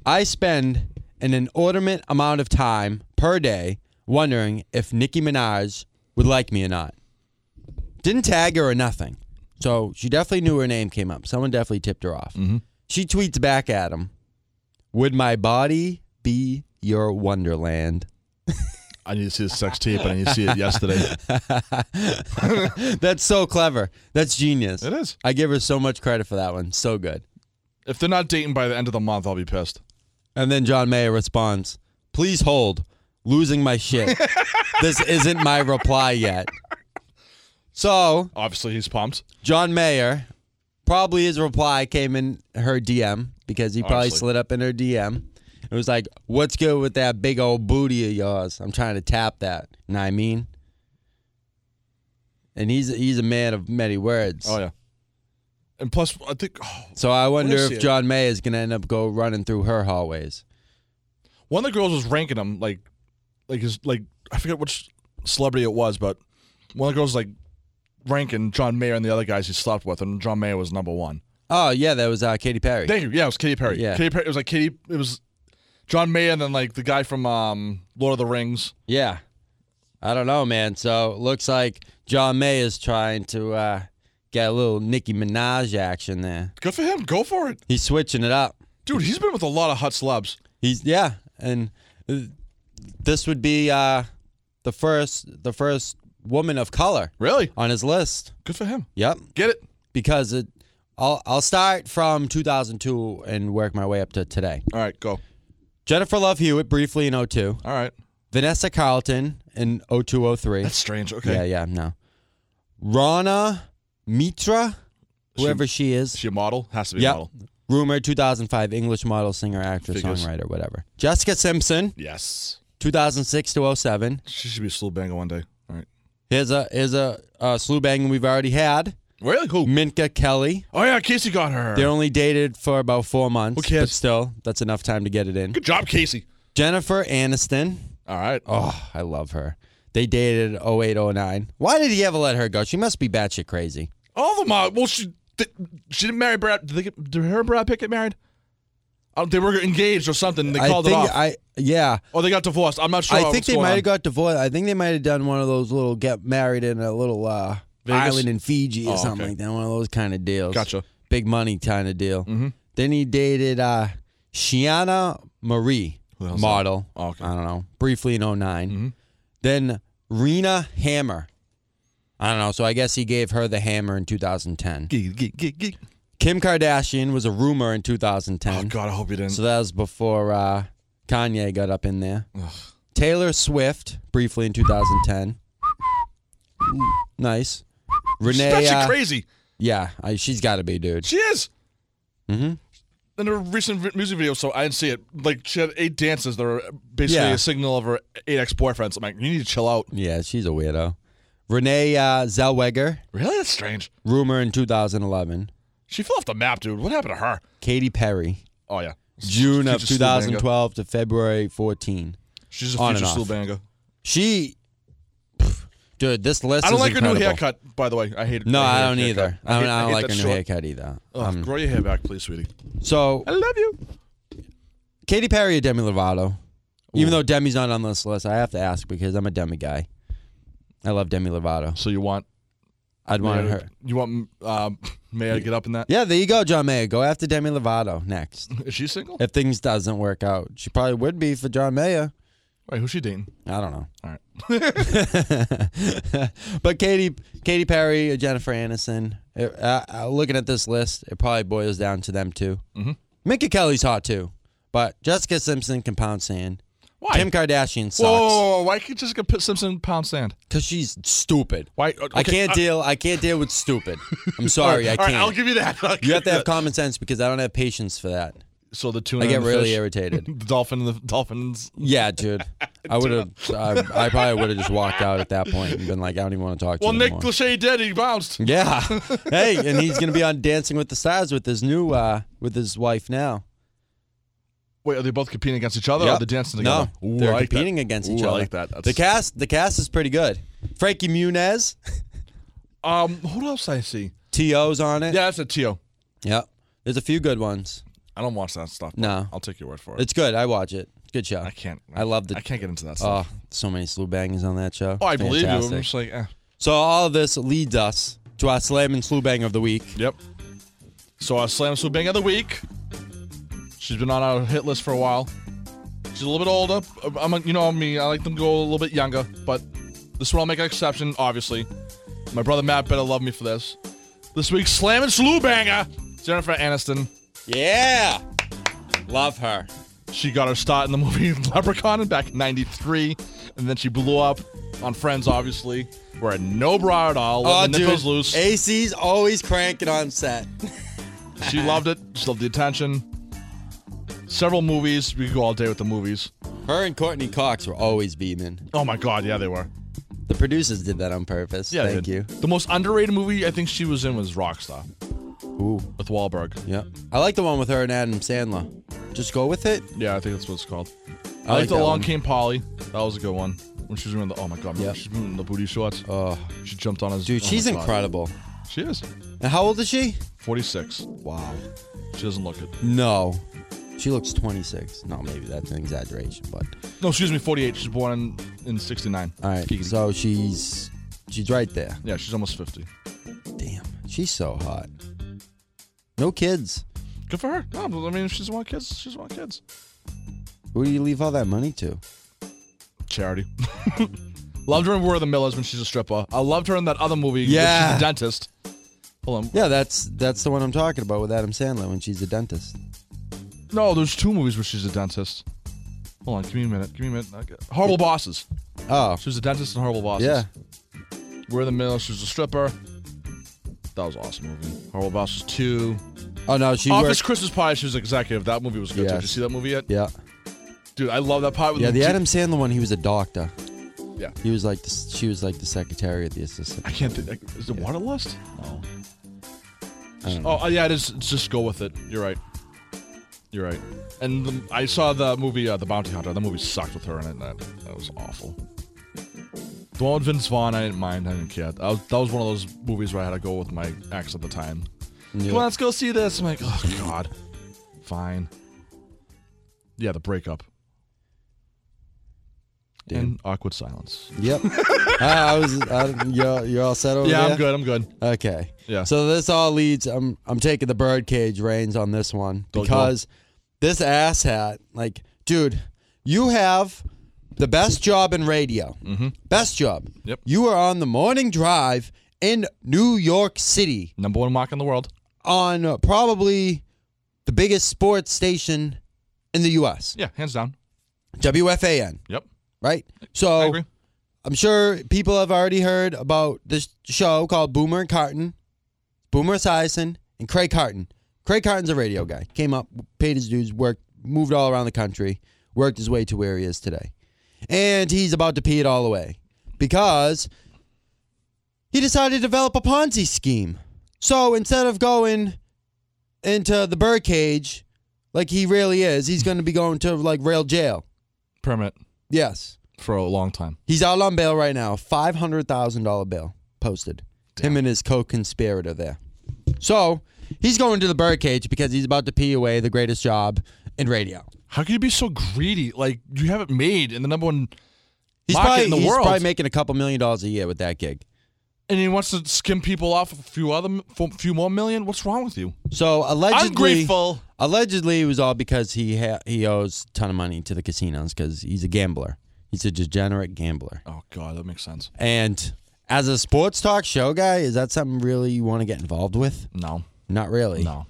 Speaker 1: I spend an inordinate amount of time per day wondering if Nicki Minaj would like me or not. Didn't tag her or nothing. So she definitely knew her name came up. Someone definitely tipped her off.
Speaker 2: Mm-hmm.
Speaker 1: She tweets back at him Would my body be your wonderland?
Speaker 2: I need to see the sex tape, and I need to see it yesterday.
Speaker 1: That's so clever. That's genius.
Speaker 2: It is.
Speaker 1: I give her so much credit for that one. So good.
Speaker 2: If they're not dating by the end of the month, I'll be pissed.
Speaker 1: And then John Mayer responds, Please hold. Losing my shit. this isn't my reply yet. So,
Speaker 2: Obviously, he's pumped.
Speaker 1: John Mayer, probably his reply came in her DM because he probably
Speaker 2: Obviously.
Speaker 1: slid up in her DM. It was like, What's good with that big old booty of yours? I'm trying to tap that. You know what I mean? And he's he's a man of many words.
Speaker 2: Oh yeah. And plus, I think oh,
Speaker 1: So I wonder
Speaker 2: is
Speaker 1: if
Speaker 2: she?
Speaker 1: John May is gonna end up go running through her hallways.
Speaker 2: one of the girls was ranking him like, like his like I forget which celebrity it was, but one of the girls was, like ranking John Mayer and the other guys he slept with, and John Mayer was number one.
Speaker 1: Oh yeah, that was uh, Katy Perry.
Speaker 2: Thank you. Yeah, it was Katy Perry.
Speaker 1: Yeah.
Speaker 2: Katy Perry. It was like Katy. It was John Mayer and then like the guy from um, Lord of the Rings.
Speaker 1: yeah, I don't know, man. So it looks like John May is trying to uh, get a little Nicki Minaj action there.
Speaker 2: Good for him. Go for it,
Speaker 1: He's switching it up.
Speaker 2: dude. He's been with a lot of hot celebs.
Speaker 1: He's yeah, and uh, this would be uh, the first the first woman of color
Speaker 2: Really?
Speaker 1: on his list.
Speaker 2: Good for him.
Speaker 1: Yep,
Speaker 2: Get it.
Speaker 1: because it. I'll I'll start from 2002 and work my way up to today.
Speaker 2: All right, go.
Speaker 1: Jennifer Love Hewitt briefly in 02.
Speaker 2: All right.
Speaker 1: Vanessa Carlton in 0203.
Speaker 2: That's strange. Okay.
Speaker 1: yeah, yeah, no. Rana Mitra, whoever she, is.
Speaker 2: Is she a model? Has to be
Speaker 1: Yep.
Speaker 2: a model.
Speaker 1: Rumored 2005 English model, singer, actress,
Speaker 2: Figures.
Speaker 1: songwriter, whatever. Jessica Simpson,
Speaker 2: Yes.
Speaker 1: 2006 to 07.
Speaker 2: She should be a slow banger one day. All right.
Speaker 1: Here's a here's a, uh slew bang we've already had.
Speaker 2: Really? Who?
Speaker 1: Minka Kelly.
Speaker 2: Oh yeah, Casey got her.
Speaker 1: They only dated for about four months,
Speaker 2: Who
Speaker 1: but
Speaker 2: cares?
Speaker 1: still, that's enough time to get it in.
Speaker 2: Good job, Casey.
Speaker 1: Jennifer Aniston.
Speaker 2: All right.
Speaker 1: Oh, I love her. They dated 08, 09. Why did he ever let her go? She must be batshit crazy.
Speaker 2: All of them are. Well, she th- she didn't marry Brad. Did, they get, did her and Brad Pitt get married? Oh, they were engaged or something. They
Speaker 1: I
Speaker 2: called
Speaker 1: think
Speaker 2: it off.
Speaker 1: I yeah.
Speaker 2: or they got divorced. I'm not sure.
Speaker 1: I think
Speaker 2: what's
Speaker 1: they
Speaker 2: going
Speaker 1: might
Speaker 2: on.
Speaker 1: have got divorced. I think they might have done one of those little get married in a little uh,
Speaker 2: Vegas?
Speaker 1: island in Fiji or
Speaker 2: Oh,
Speaker 1: something
Speaker 2: okay.
Speaker 1: like that. One of those kind of deals.
Speaker 2: Gotcha. Mm-hmm.
Speaker 1: Big money kind of deal. Then he dated uh, Shiana Marie,
Speaker 2: Who the hell's
Speaker 1: model.
Speaker 2: that? Oh, okay. Mm-hmm.
Speaker 1: I don't know. Briefly in 9 Then Rena Hammer. I don't know. So I guess he gave her the hammer in 2010.
Speaker 2: Geek, geek, geek, geek.
Speaker 1: Kim Kardashian was a rumor in
Speaker 2: Oh
Speaker 1: 2010.
Speaker 2: God, I hope you didn't.
Speaker 1: So that was before uh, Kanye got up in there. Taylor Swift, briefly in 2010. Ooh, nice. Renee.
Speaker 2: That's
Speaker 1: uh,
Speaker 2: crazy.
Speaker 1: yeah, I, she's got to be, dude.
Speaker 2: She is. Mm-hmm. In her recent vi- music video, so I didn't see it. Like she had eight dances that were basically
Speaker 1: Yeah.
Speaker 2: a signal of her eight ex-boyfriends. I'm like, you need to chill out.
Speaker 1: Yeah, she's a weirdo. Renee uh, Zellweger,
Speaker 2: Really? That's strange.
Speaker 1: rumor in 2011.
Speaker 2: She fell off the map, dude. What happened to her?
Speaker 1: Katy Perry,
Speaker 2: Oh yeah.
Speaker 1: June of
Speaker 2: Future Slubanga.
Speaker 1: 2012 to February 14.
Speaker 2: She's a
Speaker 1: On
Speaker 2: future
Speaker 1: and off.
Speaker 2: stool banger.
Speaker 1: She, pff, dude, this list
Speaker 2: I don't
Speaker 1: is
Speaker 2: like
Speaker 1: incredible.
Speaker 2: her new haircut, by the way. I hate.
Speaker 1: No, I
Speaker 2: hate her
Speaker 1: don't either.
Speaker 2: haircut.
Speaker 1: I don't,
Speaker 2: hate-
Speaker 1: I don't
Speaker 2: hate
Speaker 1: like
Speaker 2: that
Speaker 1: her new
Speaker 2: short-
Speaker 1: haircut either.
Speaker 2: Ugh,
Speaker 1: Um,
Speaker 2: grow your hair back, please, sweetie.
Speaker 1: so
Speaker 2: I love you.
Speaker 1: Katy Perry or Demi Lovato? Even though Demi's not on this list, I have to ask because I'm a Demi guy. I love Demi Lovato.
Speaker 2: So you want?
Speaker 1: I'd want
Speaker 2: Mayor-
Speaker 1: her.
Speaker 2: You want? Um, May I get up in that?
Speaker 1: Yeah, there you go, John Mayer. Go after Demi Lovato next.
Speaker 2: Is she single?
Speaker 1: if things doesn't work out, she probably would be for John Mayer.
Speaker 2: Wait, who's she dating?
Speaker 1: I don't know.
Speaker 2: All right.
Speaker 1: but Katy, Katy Perry, or Jennifer Aniston. it- uh, uh, looking at this list, it probably boils down to them two. Mm-hmm. Minka Kelly's hot too, but Jessica Simpson can pound sand.
Speaker 2: Why?
Speaker 1: Kim Kardashian
Speaker 2: Whoa, whoa,
Speaker 1: sucks
Speaker 2: whoa, whoa, why can't Jessica P- Simpson pound sand?
Speaker 1: because she's stupid.
Speaker 2: Why? uh,
Speaker 1: I
Speaker 2: okay,
Speaker 1: can't
Speaker 2: uh,
Speaker 1: deal. I can't deal with stupid. I'm sorry. I
Speaker 2: all right,
Speaker 1: can't.
Speaker 2: I'll give you that. I'll
Speaker 1: you
Speaker 2: give
Speaker 1: have to have
Speaker 2: that.
Speaker 1: common sense because I don't have patience for that.
Speaker 2: so the tuna.
Speaker 1: I get
Speaker 2: and the
Speaker 1: really
Speaker 2: fish,
Speaker 1: irritated.
Speaker 2: The dolphin and the dolphins.
Speaker 1: Yeah, dude. I would have. I, I probably would have just walked out at that point and been like, I don't even want to talk to
Speaker 2: Well,
Speaker 1: you
Speaker 2: Nick
Speaker 1: anymore.
Speaker 2: Lachey did. He bounced.
Speaker 1: yeah. Hey, and he's gonna be on Dancing with the Stars with his new uh with his wife now.
Speaker 2: Wait, are they both competing against each other? Or
Speaker 1: Yep.
Speaker 2: are they Oh, dancing together?
Speaker 1: No,
Speaker 2: Ooh, I
Speaker 1: they're
Speaker 2: like that.
Speaker 1: competing against each
Speaker 2: Ooh,
Speaker 1: other.
Speaker 2: I like that. That's,
Speaker 1: The cast, the cast is pretty good. Frankie Muniz,
Speaker 2: um, who else I see?
Speaker 1: To's on it.
Speaker 2: Yeah, that's a Tio.
Speaker 1: Yep. There's a few good ones.
Speaker 2: I don't watch that stuff. but
Speaker 1: No.
Speaker 2: I'll take your word for it.
Speaker 1: It's good. I watch it. Good show.
Speaker 2: I can't.
Speaker 1: I love the-
Speaker 2: I can't get into that stuff.
Speaker 1: Oh, so many slew bangers on that show.
Speaker 2: oh, I believe you. I'm
Speaker 1: Fantastic.
Speaker 2: just like, eh.
Speaker 1: So all of this leads us to our slam and slew bang of the week.
Speaker 2: yep. So our slam Sue bang of the week. She's been on our hit list for a while. She's a little bit older. I'm, a, you know me. I like them to go a little bit younger, but this one I'll make an exception, obviously. My brother Matt better love me for this. This week's slam and slew banger, Jennifer Aniston.
Speaker 1: Yeah. Love her.
Speaker 2: She got her start in the movie Leprechaun back in 93, and then she blew up on Friends, obviously. Wearing no bra at all,
Speaker 1: Oh,
Speaker 2: letting the
Speaker 1: dude.
Speaker 2: nipples loose.
Speaker 1: AC's always cranking on set.
Speaker 2: She loved it. She loved the attention. Several movies. We could go all day with the movies.
Speaker 1: Her and Courtney Cox were always beaming.
Speaker 2: Oh my god, yeah, they were.
Speaker 1: The producers did that on purpose.
Speaker 2: Yeah, they
Speaker 1: Thank you.
Speaker 2: did. The most underrated movie I think she was in was Rockstar
Speaker 1: Ooh.
Speaker 2: with Wahlberg.
Speaker 1: Yeah. I like the one with her and Adam Sandler. Just go with it.
Speaker 2: Yeah, I think that's what it's called. I,
Speaker 1: like
Speaker 2: liked
Speaker 1: that
Speaker 2: Along
Speaker 1: one.
Speaker 2: Came Polly. That was a good one. When she was wearing the oh my god, remember
Speaker 1: Yeah.
Speaker 2: she was wearing the booty shorts.
Speaker 1: Oh,
Speaker 2: she jumped on his
Speaker 1: dude,
Speaker 2: oh my
Speaker 1: she's
Speaker 2: God.
Speaker 1: incredible.
Speaker 2: She is.
Speaker 1: And how old is she?
Speaker 2: Forty six.
Speaker 1: Wow.
Speaker 2: She doesn't look it.
Speaker 1: No. She looks 26. No, maybe that's an exaggeration, but
Speaker 2: No, excuse me, forty eight. She's born in, in sixty nine.
Speaker 1: all right. So she's she's right there.
Speaker 2: Yeah, she's almost fifty.
Speaker 1: Damn, she's so hot. No kids.
Speaker 2: Good for her. No, but I mean if she's one kids, she's one kids.
Speaker 1: Who do you leave all that money to?
Speaker 2: Charity. loved her in War of the Millers when she's a stripper. I loved her in that other movie. when
Speaker 1: Yeah.
Speaker 2: she's a dentist. Hold on.
Speaker 1: Yeah, that's that's the one I'm talking about with Adam Sandler when she's a dentist.
Speaker 2: No, there's two movies where she's a dentist. Hold on, give me a minute. Give me a minute. I got- Horrible Bosses.
Speaker 1: Oh,
Speaker 2: She was a dentist in Horrible Bosses.
Speaker 1: yeah.
Speaker 2: War of the Millers. She was a stripper. That was an awesome movie. Horrible Bosses two.
Speaker 1: Oh no, she
Speaker 2: Office
Speaker 1: worked.
Speaker 2: Christmas Pie. She was executive. That movie was good. Too. Did you
Speaker 1: Yes.
Speaker 2: see that movie yet?
Speaker 1: Yeah,
Speaker 2: Dude, I love that part. With
Speaker 1: yeah. The
Speaker 2: two-
Speaker 1: Adam Sandler one, he was a doctor.
Speaker 2: Yeah.
Speaker 1: He was like, the, she was like the secretary of the assistant.
Speaker 2: I can't think. Is it Waterlust? No.
Speaker 1: I don't know.
Speaker 2: Oh, uh, yeah, it is. it's Just go with it. You're right. You're right. And the, I saw the movie, uh, The Bounty Hunter. The movie sucked with her in it. and That, that was awful. The one with Vince Vaughn, I didn't mind. I didn't care. That was, that was one of those movies where I had to go with my ex at the time.
Speaker 1: Yeah.
Speaker 2: Come on, let's go see this. I'm like, oh, God. Fine. Yeah, the breakup.
Speaker 1: Damn.
Speaker 2: And awkward silence.
Speaker 1: Yep. Uh, I, I was. I, you're, you're all set over
Speaker 2: Yeah,
Speaker 1: there.
Speaker 2: I'm good. I'm good.
Speaker 1: Okay.
Speaker 2: Yeah.
Speaker 1: So this all leads. I'm I'm taking the birdcage reins on this one
Speaker 2: Don't go.
Speaker 1: because this asshat, like, dude, you have the best job in radio. Mm-hmm. Best job.
Speaker 2: Yep.
Speaker 1: You are on the morning drive in New York City
Speaker 2: Number one mock in the world.
Speaker 1: on uh, probably the biggest sports station in the U.S.
Speaker 2: Yeah, hands down.
Speaker 1: WFAN.
Speaker 2: Yep.
Speaker 1: Right. So
Speaker 2: I agree.
Speaker 1: I'm sure people have already heard about this show called Boomer and Carton, Boomer Esiason, and Craig Carton. Craig Carton's a radio guy. Came up, paid his dues, worked, moved all around the country, worked his way to where he is today. And he's about to pee it all away because he decided to develop a Ponzi scheme. So instead of going into the birdcage like he really is, he's going to be going to like rail jail.
Speaker 2: Permanent
Speaker 1: Yes.
Speaker 2: for a long time.
Speaker 1: He's out on bail right now. Five hundred thousand dollar bail posted. Him and his co-conspirator there. So he's going to the birdcage because he's about to pee away the greatest job in radio.
Speaker 2: How can you be so greedy? Like you have it made in the number one,
Speaker 1: He's
Speaker 2: Market
Speaker 1: probably
Speaker 2: in the
Speaker 1: he's
Speaker 2: world.
Speaker 1: probably making a couple million dollars a year with that gig.
Speaker 2: and he wants to skim people off a few other, f- few more million. What's wrong with you?
Speaker 1: So allegedly,
Speaker 2: Ungrateful.
Speaker 1: Allegedly, it was all because he ha- he owes a ton of money to the casinos because he's a gambler. He's a degenerate gambler.
Speaker 2: Oh god, that makes sense.
Speaker 1: And as a sports talk show guy, is that something really you want to get involved with?
Speaker 2: No,
Speaker 1: Not really.
Speaker 2: no. Mm-mm.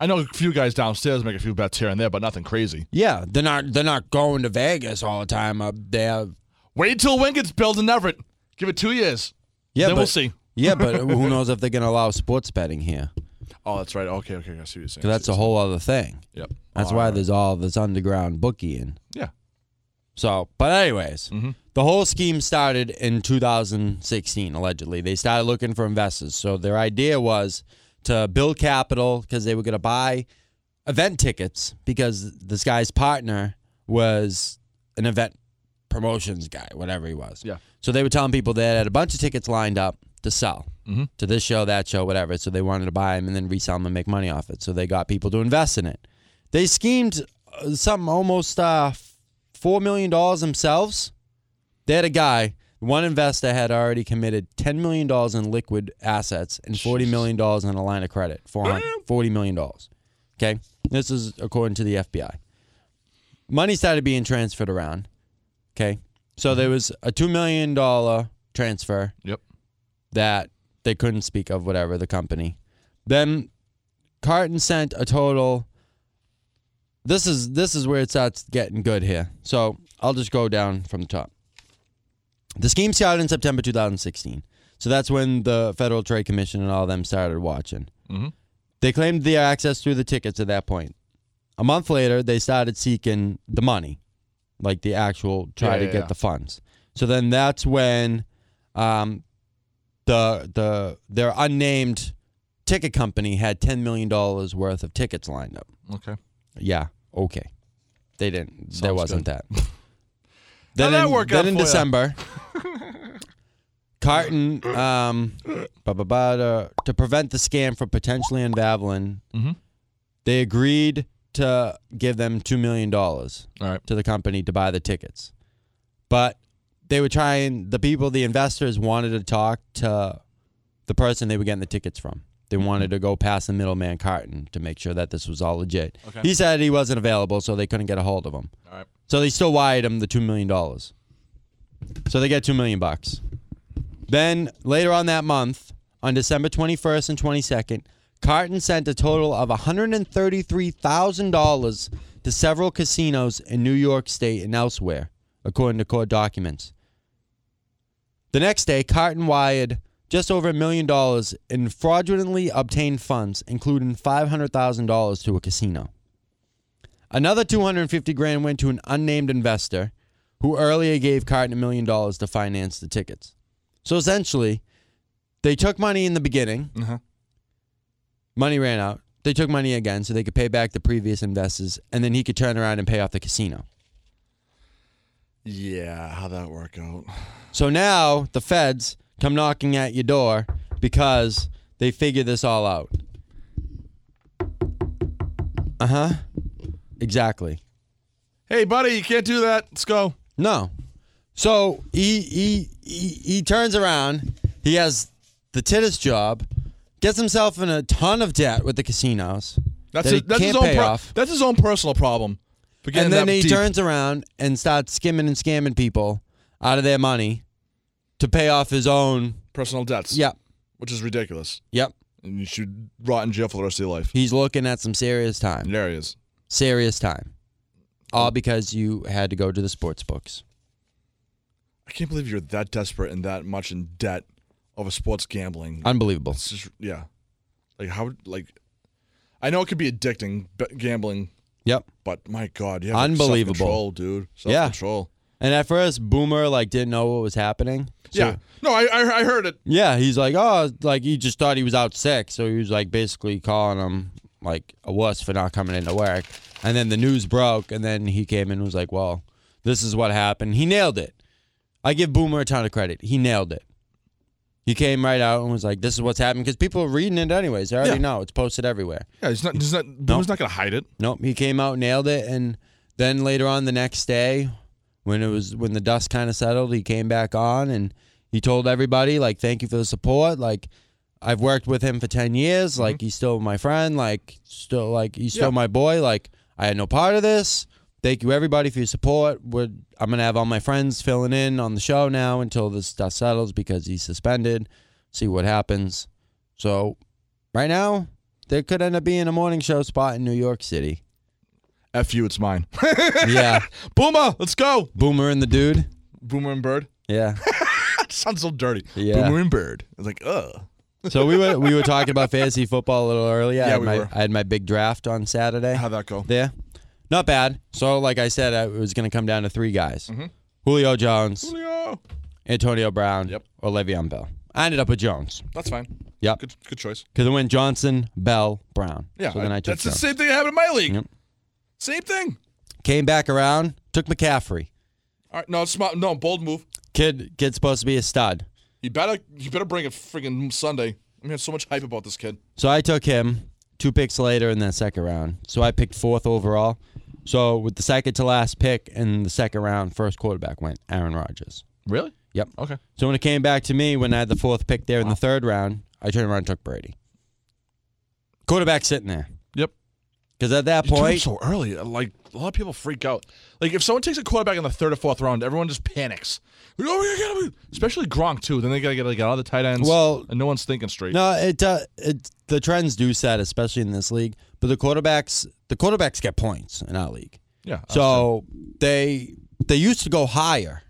Speaker 2: I know a few guys downstairs make a few bets here and there, but nothing crazy.
Speaker 1: Yeah, they're not they're not going to Vegas all the time up there.
Speaker 2: Wait till Wynn gets built in Everett. Give it two years.
Speaker 1: Yeah,
Speaker 2: then
Speaker 1: but,
Speaker 2: we'll see.
Speaker 1: yeah, but who knows if they're going to allow sports betting here?
Speaker 2: Oh, that's right. Okay, okay, I see what you're
Speaker 1: 'Cause
Speaker 2: saying.
Speaker 1: that's a whole other thing.
Speaker 2: Yep.
Speaker 1: That's
Speaker 2: Oh,
Speaker 1: why
Speaker 2: alright.
Speaker 1: there's all this underground bookieing.
Speaker 2: Yeah. Mm-hmm.
Speaker 1: So, but anyways, the whole scheme started in 2016 allegedly. They started looking for investors. So their idea was to build capital because they were going to buy event tickets because this guy's partner was an event promotions guy, whatever he was.
Speaker 2: Yeah.
Speaker 1: So they were telling people they had a bunch of tickets lined up to sell
Speaker 2: Mhm.
Speaker 1: to this show, that show, whatever. So they wanted to buy them and then resell them and make money off it. So they got people to invest in it. They schemed uh, something almost uh, $4 million themselves. They had a guy, one investor had already committed $10 million in liquid assets and $40 million in a line of credit for him, $40 million. Okay. This is according to the FBI. Money started being transferred around. Okay. So there was a $2 million transfer
Speaker 2: Yep.
Speaker 1: that they couldn't speak of, whatever, the company. Then Carton sent a total. This is this is where it starts getting good here. So I'll just go down from the top. The scheme started in September 2016. So that's when the Federal Trade Commission and all them started watching.
Speaker 2: Mhm.
Speaker 1: They claimed their access through the tickets at that point. A month later, they started seeking the money, like the actual try
Speaker 2: Yeah,
Speaker 1: to
Speaker 2: yeah,
Speaker 1: get
Speaker 2: yeah.
Speaker 1: the funds. So then that's when um, the the their unnamed ticket company had ten million dollars worth of tickets lined up.
Speaker 2: Okay.
Speaker 1: Yeah, okay, they didn't. there
Speaker 2: Sounds
Speaker 1: wasn't that.
Speaker 2: How'd that
Speaker 1: in,
Speaker 2: work
Speaker 1: then
Speaker 2: out
Speaker 1: in
Speaker 2: for ya?
Speaker 1: December, Carton um, ba, ba, ba, to, to prevent the scam from potentially unraveling,
Speaker 2: Mhm.
Speaker 1: they agreed to give them two million dollars
Speaker 2: All right.
Speaker 1: to the company to buy the tickets. But they were trying, the people, the investors wanted to talk to the person they were getting the tickets from. They wanted to go past the middleman Carton to make sure that this was all legit.
Speaker 2: Okay.
Speaker 1: He said he wasn't available, so they couldn't get a hold of him.
Speaker 2: All right.
Speaker 1: So they still wired him the two million dollars. So they get two million bucks. Then later on that month, on December twenty first and twenty second, Carton sent a total of one hundred and thirty three thousand dollars to several casinos in New York State and elsewhere, according to court documents. The next day, Carton wired just over a million dollars in fraudulently obtained funds, including five hundred thousand dollars to a casino. Another 250 grand went to an unnamed investor who earlier gave Carton a million dollars to finance the tickets. So essentially, they took money in the beginning,
Speaker 2: Uh huh.
Speaker 1: money ran out. They took money again so they could pay back the previous investors and then he could turn around and pay off the casino.
Speaker 2: Yeah. How'd that work out?
Speaker 1: So now the feds come knocking at your door because they figure this all out. Uh huh. Exactly.
Speaker 2: Hey, buddy, you can't do that. Let's go.
Speaker 1: No. So he he he, he turns around. He has the Titus job, gets himself in a ton of debt with the casinos,
Speaker 2: That's
Speaker 1: That
Speaker 2: his,
Speaker 1: he
Speaker 2: that's his
Speaker 1: can't
Speaker 2: own
Speaker 1: pay
Speaker 2: pro-
Speaker 1: off.
Speaker 2: that's his own personal problem. For getting
Speaker 1: and then
Speaker 2: that
Speaker 1: he
Speaker 2: deep.
Speaker 1: turns around and starts skimming and scamming people out of their money to pay off his own.
Speaker 2: personal debts.
Speaker 1: Yep,
Speaker 2: Which is ridiculous.
Speaker 1: yep.
Speaker 2: And you should rot in jail for the rest of your life.
Speaker 1: He's looking at some serious time.
Speaker 2: There he is.
Speaker 1: Serious time. All because you had to go to the sports books.
Speaker 2: I can't believe you're that desperate and that much in debt over sports gambling.
Speaker 1: Unbelievable.
Speaker 2: It's just yeah. Like how like I know it could be addicting but gambling,
Speaker 1: Yep.
Speaker 2: but my god, you have
Speaker 1: Unbelievable.
Speaker 2: control, dude. Self
Speaker 1: Yeah.
Speaker 2: control.
Speaker 1: And at first, Boomer like didn't know what was happening. So
Speaker 2: yeah. No, I, I I heard it.
Speaker 1: Yeah, he's like, oh, like he just thought he was out sick, so he was like basically calling him like a wuss for not coming into work. And then the news broke, and then he came in and was like, well, this is what happened. He nailed it. I give Boomer a ton of credit. He nailed it. He came right out and was like, this is what's happened because people are reading it anyways. They already
Speaker 2: Yeah.
Speaker 1: know it's posted everywhere.
Speaker 2: Yeah, he's not he's not Boomer's not gonna hide it.
Speaker 1: Nope, he came out, nailed it, and then later on the next day, when it was when the dust kind of settled, he came back on and he told everybody like, "Thank you for the support." Like, I've worked with him for ten years. Like, he's still my friend. Like, still like he's still my
Speaker 2: Yeah.
Speaker 1: boy. Like, I had no part of this. Thank you everybody for your support. We're, I'm gonna have all my friends filling in on the show now until this dust settles because he's suspended. See what happens. So, right now, there could end up being a morning show spot in New York City.
Speaker 2: F you, it's mine.
Speaker 1: Yeah.
Speaker 2: Boomer, let's go.
Speaker 1: Boomer and the dude.
Speaker 2: Boomer and Bird.
Speaker 1: Yeah.
Speaker 2: That sounds so dirty.
Speaker 1: Yeah.
Speaker 2: Boomer and Bird. It's like, ugh.
Speaker 1: So we were we were talking about fantasy football a little earlier. I
Speaker 2: Yeah,
Speaker 1: had
Speaker 2: we
Speaker 1: my,
Speaker 2: were.
Speaker 1: I had my big draft on Saturday
Speaker 2: How'd that go?
Speaker 1: there. Not bad. So like I said, I, it was going to come down to three guys:
Speaker 2: Mm-hmm.
Speaker 1: Julio Jones,
Speaker 2: Julio.
Speaker 1: Antonio Brown,
Speaker 2: Yep.
Speaker 1: or Le'Veon Bell. I ended up with Jones
Speaker 2: That's fine.
Speaker 1: Yep.
Speaker 2: Good good choice.
Speaker 1: because I went Johnson, Bell, Brown.
Speaker 2: Yeah,
Speaker 1: So then I, took
Speaker 2: that's the
Speaker 1: Jones.
Speaker 2: same thing that happened in my league.
Speaker 1: Yep.
Speaker 2: Same thing.
Speaker 1: Came back around, took McCaffrey.
Speaker 2: All right, no, it's smart. No, bold move.
Speaker 1: Kid kid's supposed to be a stud.
Speaker 2: You better, you better bring it friggin' Sunday. I mean, so much hype about this kid.
Speaker 1: So I took him two picks later in the second round. So I picked fourth overall. So with the second to last pick in the second round, first quarterback went Aaron Rodgers.
Speaker 2: Really?
Speaker 1: Yep.
Speaker 2: Okay.
Speaker 1: So when it came back to me, when I had the fourth pick there in the third round, I turned around and took Brady. Quarterback sitting there.
Speaker 2: Yep.
Speaker 1: Because at that
Speaker 2: You took him
Speaker 1: point,
Speaker 2: so early. Like a lot of people freak out. Like if someone takes a quarterback in the third or fourth round, everyone just panics. Like, oh, we gotta get him. Especially Gronk too. Then they gotta get like all the tight ends.
Speaker 1: Well-
Speaker 2: and no one's thinking straight.
Speaker 1: no, it, uh, it the trends do set, especially in this league. But the quarterbacks, the quarterbacks get points in our league.
Speaker 2: Yeah.
Speaker 1: So they they used to go higher,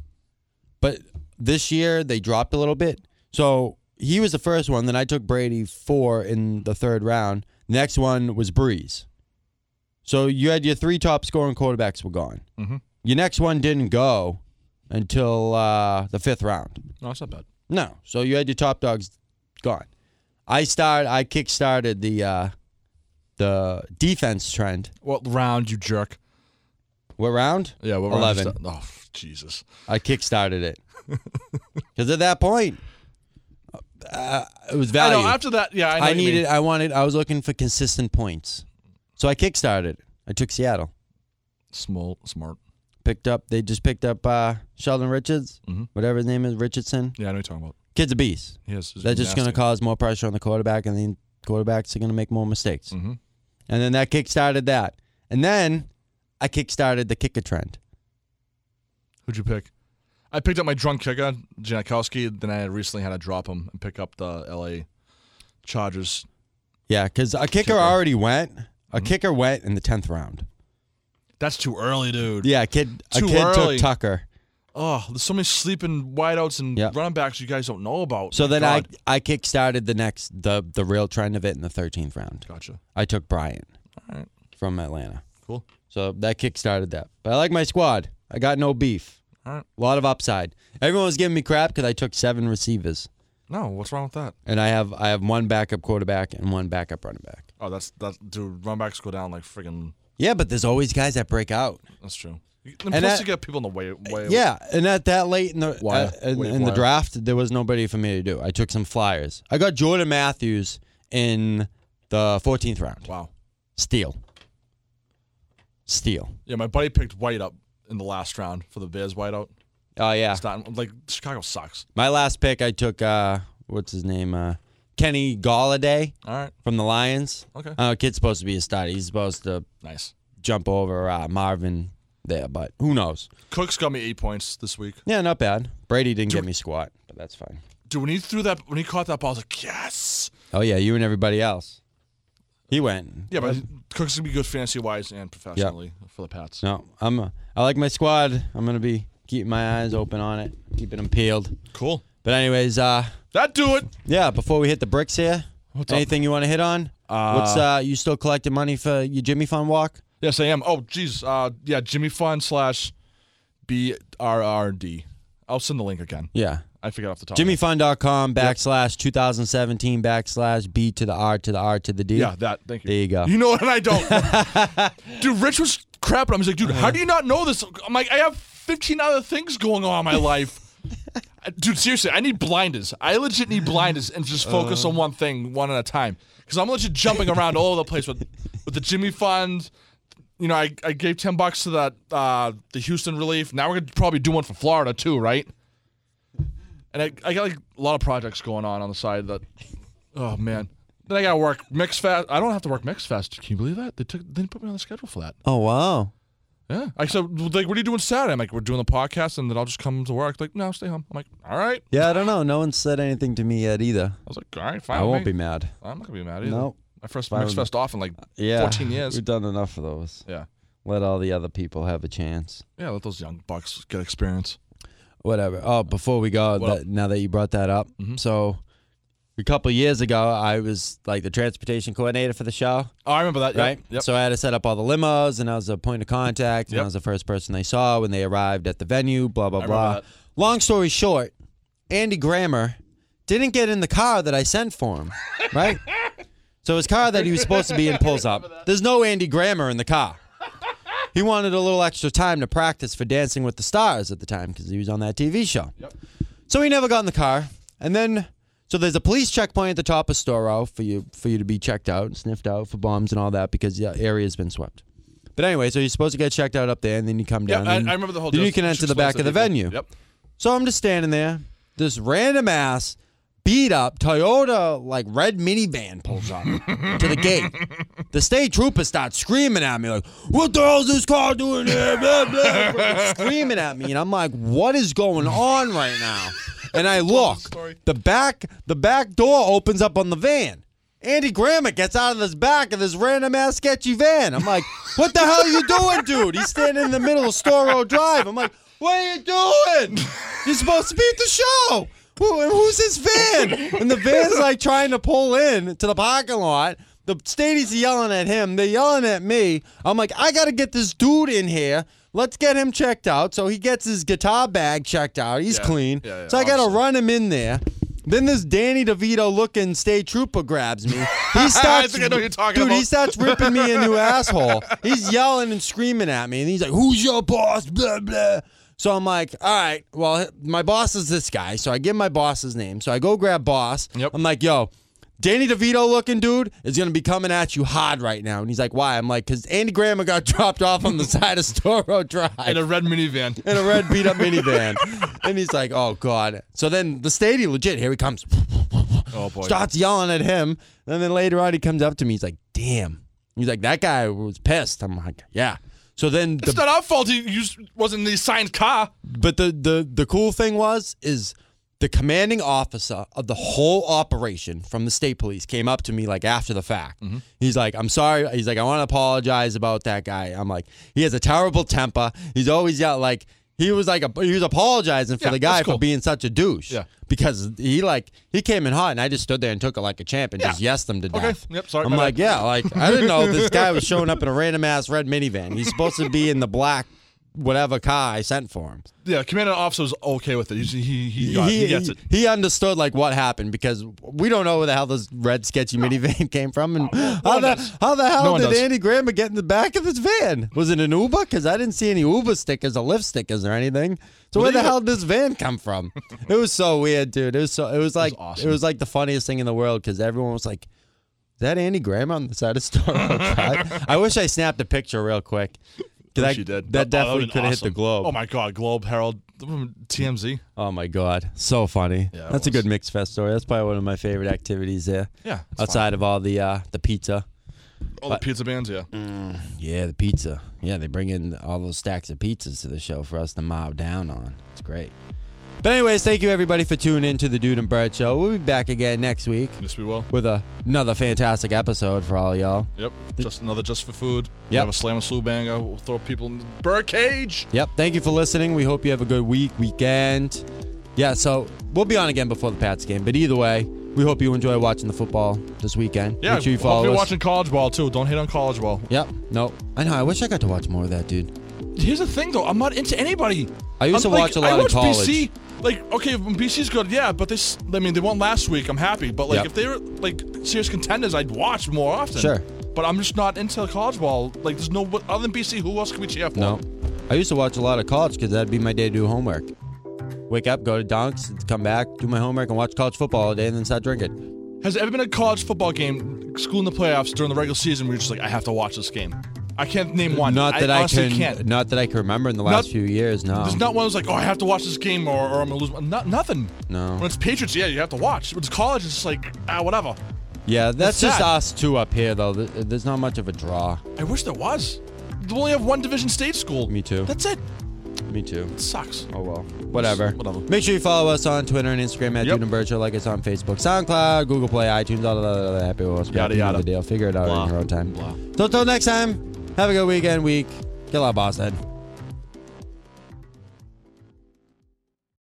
Speaker 1: but this year they dropped a little bit. So he was the first one. Then I took Brady four in the third round. Next one was Breeze. So you had your three top scoring quarterbacks were gone.
Speaker 2: Mhm.
Speaker 1: Your next one didn't go until uh, the fifth round.
Speaker 2: no, it's not bad.
Speaker 1: No. So you had your top dogs gone. I started. I kick started the uh, the defense trend.
Speaker 2: What round you jerk?
Speaker 1: What round?
Speaker 2: Yeah. What
Speaker 1: Eleven.
Speaker 2: Round you sta- oh Jesus.
Speaker 1: I kickstarted it because at that point, uh, it was
Speaker 2: I
Speaker 1: value.
Speaker 2: know. After that, yeah, I, know
Speaker 1: I
Speaker 2: what you mean.
Speaker 1: needed, I wanted, I was looking for consistent points, so I kickstarted. it. I took Seattle,
Speaker 2: small, smart.
Speaker 1: picked up. They just picked up uh, Sheldon Richards,
Speaker 2: Mhm.
Speaker 1: whatever his name is, Richardson.
Speaker 2: Yeah, I know what you're talking about.
Speaker 1: Kid's a beast.
Speaker 2: He is.
Speaker 1: That's just going to cause more pressure on the quarterback, and then quarterbacks are going to make more mistakes.
Speaker 2: Mm-hmm.
Speaker 1: And then that kickstarted that, and then I kickstarted the kicker trend.
Speaker 2: Who'd you pick? I picked up my drunk kicker, Janikowski. Then I recently had to drop him and pick up the L.A. Chargers.
Speaker 1: Yeah, because a kicker
Speaker 2: Kicker.
Speaker 1: already went. A kicker went in the tenth round.
Speaker 2: That's too early, dude.
Speaker 1: Yeah, a kid. A
Speaker 2: Too
Speaker 1: kid
Speaker 2: early.
Speaker 1: took Tucker.
Speaker 2: Oh, there's so many sleeping wideouts and
Speaker 1: Yeah.
Speaker 2: running backs you guys don't know about.
Speaker 1: So
Speaker 2: Oh My
Speaker 1: then I
Speaker 2: God.
Speaker 1: I kickstarted the next the the real trend of it in the thirteenth round.
Speaker 2: gotcha.
Speaker 1: I took Bryant
Speaker 2: All right,
Speaker 1: from Atlanta.
Speaker 2: cool.
Speaker 1: So that kickstarted that. But I like my squad. I got no beef.
Speaker 2: All right.
Speaker 1: A lot of upside. Everyone was giving me crap because I took seven receivers,
Speaker 2: No, what's wrong with that?
Speaker 1: and I have I have one backup quarterback and one backup running back.
Speaker 2: Oh, that's that's dude. Run backs go down like friggin'.
Speaker 1: Yeah, but there's always guys that break out.
Speaker 2: That's true. And, plus
Speaker 1: that-
Speaker 2: you get people in the way. way
Speaker 1: Yeah, and at that late in the
Speaker 2: Wire.
Speaker 1: uh, in,
Speaker 2: Wave
Speaker 1: in the
Speaker 2: wire.
Speaker 1: draft, there was nobody for me to do. I took some flyers. I got Jordan Matthews in the fourteenth round.
Speaker 2: Wow.
Speaker 1: Steel. Steel.
Speaker 2: Yeah, my buddy picked White up in the last round for the Bears wideout.
Speaker 1: Oh yeah.
Speaker 2: It's not like Chicago sucks.
Speaker 1: My last pick I took uh what's his name? Uh Kenny Galladay
Speaker 2: All right.
Speaker 1: from the Lions.
Speaker 2: Okay.
Speaker 1: Uh kid's supposed to be a stud. He's supposed to
Speaker 2: Nice.
Speaker 1: jump over uh, Marvin there, but who knows?
Speaker 2: Cooks got me eight points this week.
Speaker 1: Yeah, not bad. Brady didn't give me squat, but that's fine.
Speaker 2: Dude, when he threw that, when he caught that ball, I was like, yes.
Speaker 1: Oh yeah, you and everybody else. He went.
Speaker 2: Yeah, but Cooks gonna be good fantasy wise and professionally for the Pats.
Speaker 1: No, I'm uh, I like my squad. I'm going to be keeping my eyes open on it, keeping them peeled.
Speaker 2: Cool.
Speaker 1: But anyways, uh
Speaker 2: That do it.
Speaker 1: Yeah, before we hit the bricks here,
Speaker 2: What's up?
Speaker 1: anything you want to hit on?
Speaker 2: Uh,
Speaker 1: What's uh you still collecting money for your Jimmy Fund walk?
Speaker 2: Yes, I am. Oh, jeez. Uh, yeah, Jimmy Fun slash BRRD. I'll send the link again.
Speaker 1: Yeah.
Speaker 2: I forgot off the top. of my-
Speaker 1: JimmyFund.com backslash 2017 backslash B to the R to the R to the D.
Speaker 2: Yeah, that. Thank you.
Speaker 1: There you go.
Speaker 2: You know what? And I don't. dude, Rich was crapping. I was like, dude, how do you not know this? I'm like, I have 15 other things going on in my life. Dude, seriously, I need blinders. I legit need blinders and just focus on one thing, one at a time. Because I'm legit jumping around all over the place with, with the Jimmy Fund. You know, I, I gave 10 bucks to that uh, the Houston relief. Now we're going to probably do one for Florida too, right? And I, I got like a lot of projects going on on the side that, oh man. Then I got to work Mix Fest. I don't have to work Mix Fest. Can you believe that? They took they didn't put me on the schedule for that.
Speaker 1: Oh, wow.
Speaker 2: Yeah. I said, like, what are you doing Saturday? I'm like, we're doing the podcast, and then I'll just come to work. Like, no, stay home. I'm like, all right.
Speaker 1: Yeah, I don't know. No one said anything to me yet either.
Speaker 2: I was like, all right, fine.
Speaker 1: I
Speaker 2: with
Speaker 1: won't
Speaker 2: me.
Speaker 1: be mad.
Speaker 2: I'm not gonna be mad either.
Speaker 1: Nope.
Speaker 2: My first
Speaker 1: Fine
Speaker 2: Mix
Speaker 1: with me.
Speaker 2: Fest off in like
Speaker 1: Yeah.
Speaker 2: 14 years.
Speaker 1: We've done enough of those.
Speaker 2: Yeah.
Speaker 1: Let all the other people have a chance.
Speaker 2: Yeah, let those young bucks get experience.
Speaker 1: Whatever. Oh, before we go,
Speaker 2: What Mm-hmm.
Speaker 1: that, now that you brought that up. So, a couple years ago, I was like the transportation coordinator for the show.
Speaker 2: Oh, I remember that. Yep,
Speaker 1: right?
Speaker 2: Yep.
Speaker 1: So I had to set up all the limos, and I was a point of contact, and I
Speaker 2: Yep.
Speaker 1: was the first person they saw when they arrived at the venue. Blah blah
Speaker 2: I remember
Speaker 1: blah.
Speaker 2: that.
Speaker 1: Long story short, Andy Grammer didn't get in the car that I sent for him, right? So his car that he was supposed to be in pulls up. There's no Andy Grammer in the car. He wanted a little extra time to practice for Dancing with the Stars at the time because he was on that TV show.
Speaker 2: Yep.
Speaker 1: So he never got in the car. And then, so there's a police checkpoint at the top of Storo for you for you to be checked out and sniffed out for bombs and all that because the area's been swept. But anyway, so you're supposed to get checked out up there, and then you come
Speaker 2: Yep,
Speaker 1: down.
Speaker 2: I, I
Speaker 1: and
Speaker 2: remember the whole.
Speaker 1: Then
Speaker 2: deal.
Speaker 1: you can
Speaker 2: She
Speaker 1: enter the
Speaker 2: explains
Speaker 1: back
Speaker 2: to
Speaker 1: of the
Speaker 2: people.
Speaker 1: venue.
Speaker 2: Yep.
Speaker 1: So I'm just standing there. This random ass beat up Toyota like red minivan pulls up to the gate. The state trooper starts screaming at me like, "What the hell's this car doing here?" Blah, blah, blah, screaming at me, and I'm like, "What is going on right now?" And I look.
Speaker 2: story.
Speaker 1: The back the back door opens up on the van. Andy Grammer gets out of this back of this random ass sketchy van. I'm like, what the hell are you doing, dude? He's standing in the middle of Storrow Drive. I'm like, what are you doing? You're supposed to be at the show. Who, and who's this van? And the van's like trying to pull in to the parking lot. The stadium's yelling at him. They're yelling at me. I'm like, I got to get this dude in here. Let's get him checked out. So he gets his guitar bag checked out. He's
Speaker 2: Yeah.
Speaker 1: clean.
Speaker 2: Yeah, yeah,
Speaker 1: so I got to
Speaker 2: obviously.
Speaker 1: run him in there. Then this Danny DeVito looking state trooper grabs me. He starts,
Speaker 2: think I know what you're talking
Speaker 1: dude. He
Speaker 2: about.
Speaker 1: starts ripping me a new asshole. He's yelling and screaming at me, and he's like, "Who's your boss?" Blah blah. So I'm like, "All right, well, my boss is this guy." So I give my boss his name. So I go grab boss.
Speaker 2: Yep.
Speaker 1: I'm like, "Yo." Danny DeVito looking dude is gonna be coming at you hard right now, and he's like, "Why?" I'm like, "Cause Andy Grammer got dropped off on the side of Storo Drive."
Speaker 2: In a red minivan.
Speaker 1: in a red beat up minivan. and he's like, oh, God. So then the stadium, legit, here he comes,
Speaker 2: Oh boy.
Speaker 1: starts yelling at him. And then later on, he comes up to me. He's like, damn. He's like, that guy was pissed. I'm like, yeah. So then,
Speaker 2: It's
Speaker 1: the,
Speaker 2: not our fault. He used, wasn't in the assigned car.
Speaker 1: but the, the, the cool thing was, is the commanding officer of the whole operation from the state police came up to me like after the fact.
Speaker 2: Mm-hmm.
Speaker 1: He's like, I'm sorry. He's like, I want to apologize about that guy. I'm like, he has a terrible temper. He's always yell like, he was like, he was apologizing for
Speaker 2: Yeah,
Speaker 1: the guy
Speaker 2: that's cool.
Speaker 1: for being such a douche.
Speaker 2: Yeah.
Speaker 1: Because he like he came in hot and I just stood there and took it like a champ and just yesed him to
Speaker 2: Okay.
Speaker 1: death.
Speaker 2: Yep, sorry,
Speaker 1: I'm
Speaker 2: my
Speaker 1: like,
Speaker 2: bad.
Speaker 1: yeah, like I didn't know this guy was showing up in a random ass red minivan. He's supposed to be in the black whatever car I sent for him
Speaker 2: Yeah, commanding officer was okay with it. He's- He he he, got it. He gets it.
Speaker 1: he understood like what happened because we don't know where the hell this red sketchy minivan came from and how
Speaker 2: one
Speaker 1: the
Speaker 2: does.
Speaker 1: how the hell
Speaker 2: No one
Speaker 1: did
Speaker 2: does.
Speaker 1: Andy Grammer get in the back of this van? Was it an Uber? Because I didn't see any Uber stickers or Lyft stickers or anything. So where
Speaker 2: there
Speaker 1: the
Speaker 2: you go.
Speaker 1: hell did this van come from? it was so weird, dude. It was so it was like it was,
Speaker 2: awesome.
Speaker 1: like the funniest thing in the world because everyone was like. Is that Andy Graham on the side of Star Wars? I, I wish I snapped a picture real quick. 'Cause
Speaker 2: Wish
Speaker 1: that-
Speaker 2: you did.
Speaker 1: That
Speaker 2: Oh,
Speaker 1: definitely
Speaker 2: would've
Speaker 1: could
Speaker 2: been
Speaker 1: have hit the
Speaker 2: awesome.
Speaker 1: globe.
Speaker 2: Oh my God, Globe Herald, TMZ.
Speaker 1: Oh my god, so funny!
Speaker 2: Yeah, it
Speaker 1: That's a
Speaker 2: was.
Speaker 1: good mix fest story. That's probably one of my favorite activities there.
Speaker 2: Yeah, it's
Speaker 1: outside of all the uh, the pizza.
Speaker 2: All the pizza bands. Yeah.
Speaker 1: Mm. Yeah, the pizza. Yeah, they bring in all those stacks of pizzas to the show for us to mob down on. It's great. But anyways, thank you everybody for tuning in to the Dude and Bird Show. We'll be back again next week
Speaker 2: Yes, we will.
Speaker 1: with a, another fantastic episode for all y'all.
Speaker 2: Yep. Just another just for food. We
Speaker 1: Yep.
Speaker 2: Have a slam and slew banger. We'll throw people in the bird cage.
Speaker 1: Yep. Thank you for listening. We hope you have a good week, weekend. Yeah, so we'll be on again before the Pats game. But either way, we hope you enjoy watching the football this weekend.
Speaker 2: Yeah.
Speaker 1: Make sure you
Speaker 2: hope
Speaker 1: follow
Speaker 2: you're
Speaker 1: us.
Speaker 2: watching college ball too. Don't hate on college ball.
Speaker 1: Yep. No. I know. I wish I got to watch more of that, dude.
Speaker 2: Here's the thing though. I'm not into anybody.
Speaker 1: I used
Speaker 2: I'm
Speaker 1: to
Speaker 2: like-
Speaker 1: watch a lot
Speaker 2: I
Speaker 1: of
Speaker 2: watch
Speaker 1: college.
Speaker 2: BC. Like okay, when BC's good, yeah, but this I mean they won last week. I'm happy, but like
Speaker 1: Yep.
Speaker 2: if they were like serious contenders, I'd watch more often.
Speaker 1: Sure.
Speaker 2: But I'm just not into college ball. Like there's no other than BC. Who else can we cheer for?
Speaker 1: No. I used to watch a lot of college because that'd be my day to do homework. Wake up, go to Donks, come back, do my homework, and watch college football all day, and then start drinking.
Speaker 2: Has there ever been a college football game, school in the playoffs during the regular season, where you're just like, I have to watch this game? I can't name one.
Speaker 1: Not that I,
Speaker 2: honestly
Speaker 1: can.
Speaker 2: can't.
Speaker 1: Not that I can remember in the last few years. No.
Speaker 2: There's not one that's like, oh, I have to watch this game or, or I'm gonna lose. My, not, nothing.
Speaker 1: No.
Speaker 2: When it's Patriots, yeah, you have to watch. When it's college, it's just like, ah, whatever.
Speaker 1: yeah, that's
Speaker 2: it's
Speaker 1: just
Speaker 2: sad.
Speaker 1: us two up here, though. Th- There's not much of a draw.
Speaker 2: I wish there was. We only have one division state school.
Speaker 1: Me too.
Speaker 2: That's it.
Speaker 1: Me too.
Speaker 2: It sucks.
Speaker 1: Oh well. Whatever.
Speaker 2: Whatever.
Speaker 1: Make sure you follow us on Twitter and Instagram at
Speaker 2: Yep.
Speaker 1: Dude and Bird Show. Like us on Facebook, SoundCloud, Google Play, iTunes, all the happy horse.
Speaker 2: Yada,
Speaker 1: you know
Speaker 2: yada.
Speaker 1: The deal. Figure it out
Speaker 2: Blah,
Speaker 1: in your own time.
Speaker 2: blah.
Speaker 1: So until next time, have a good weekend week. Get a lot of boss head.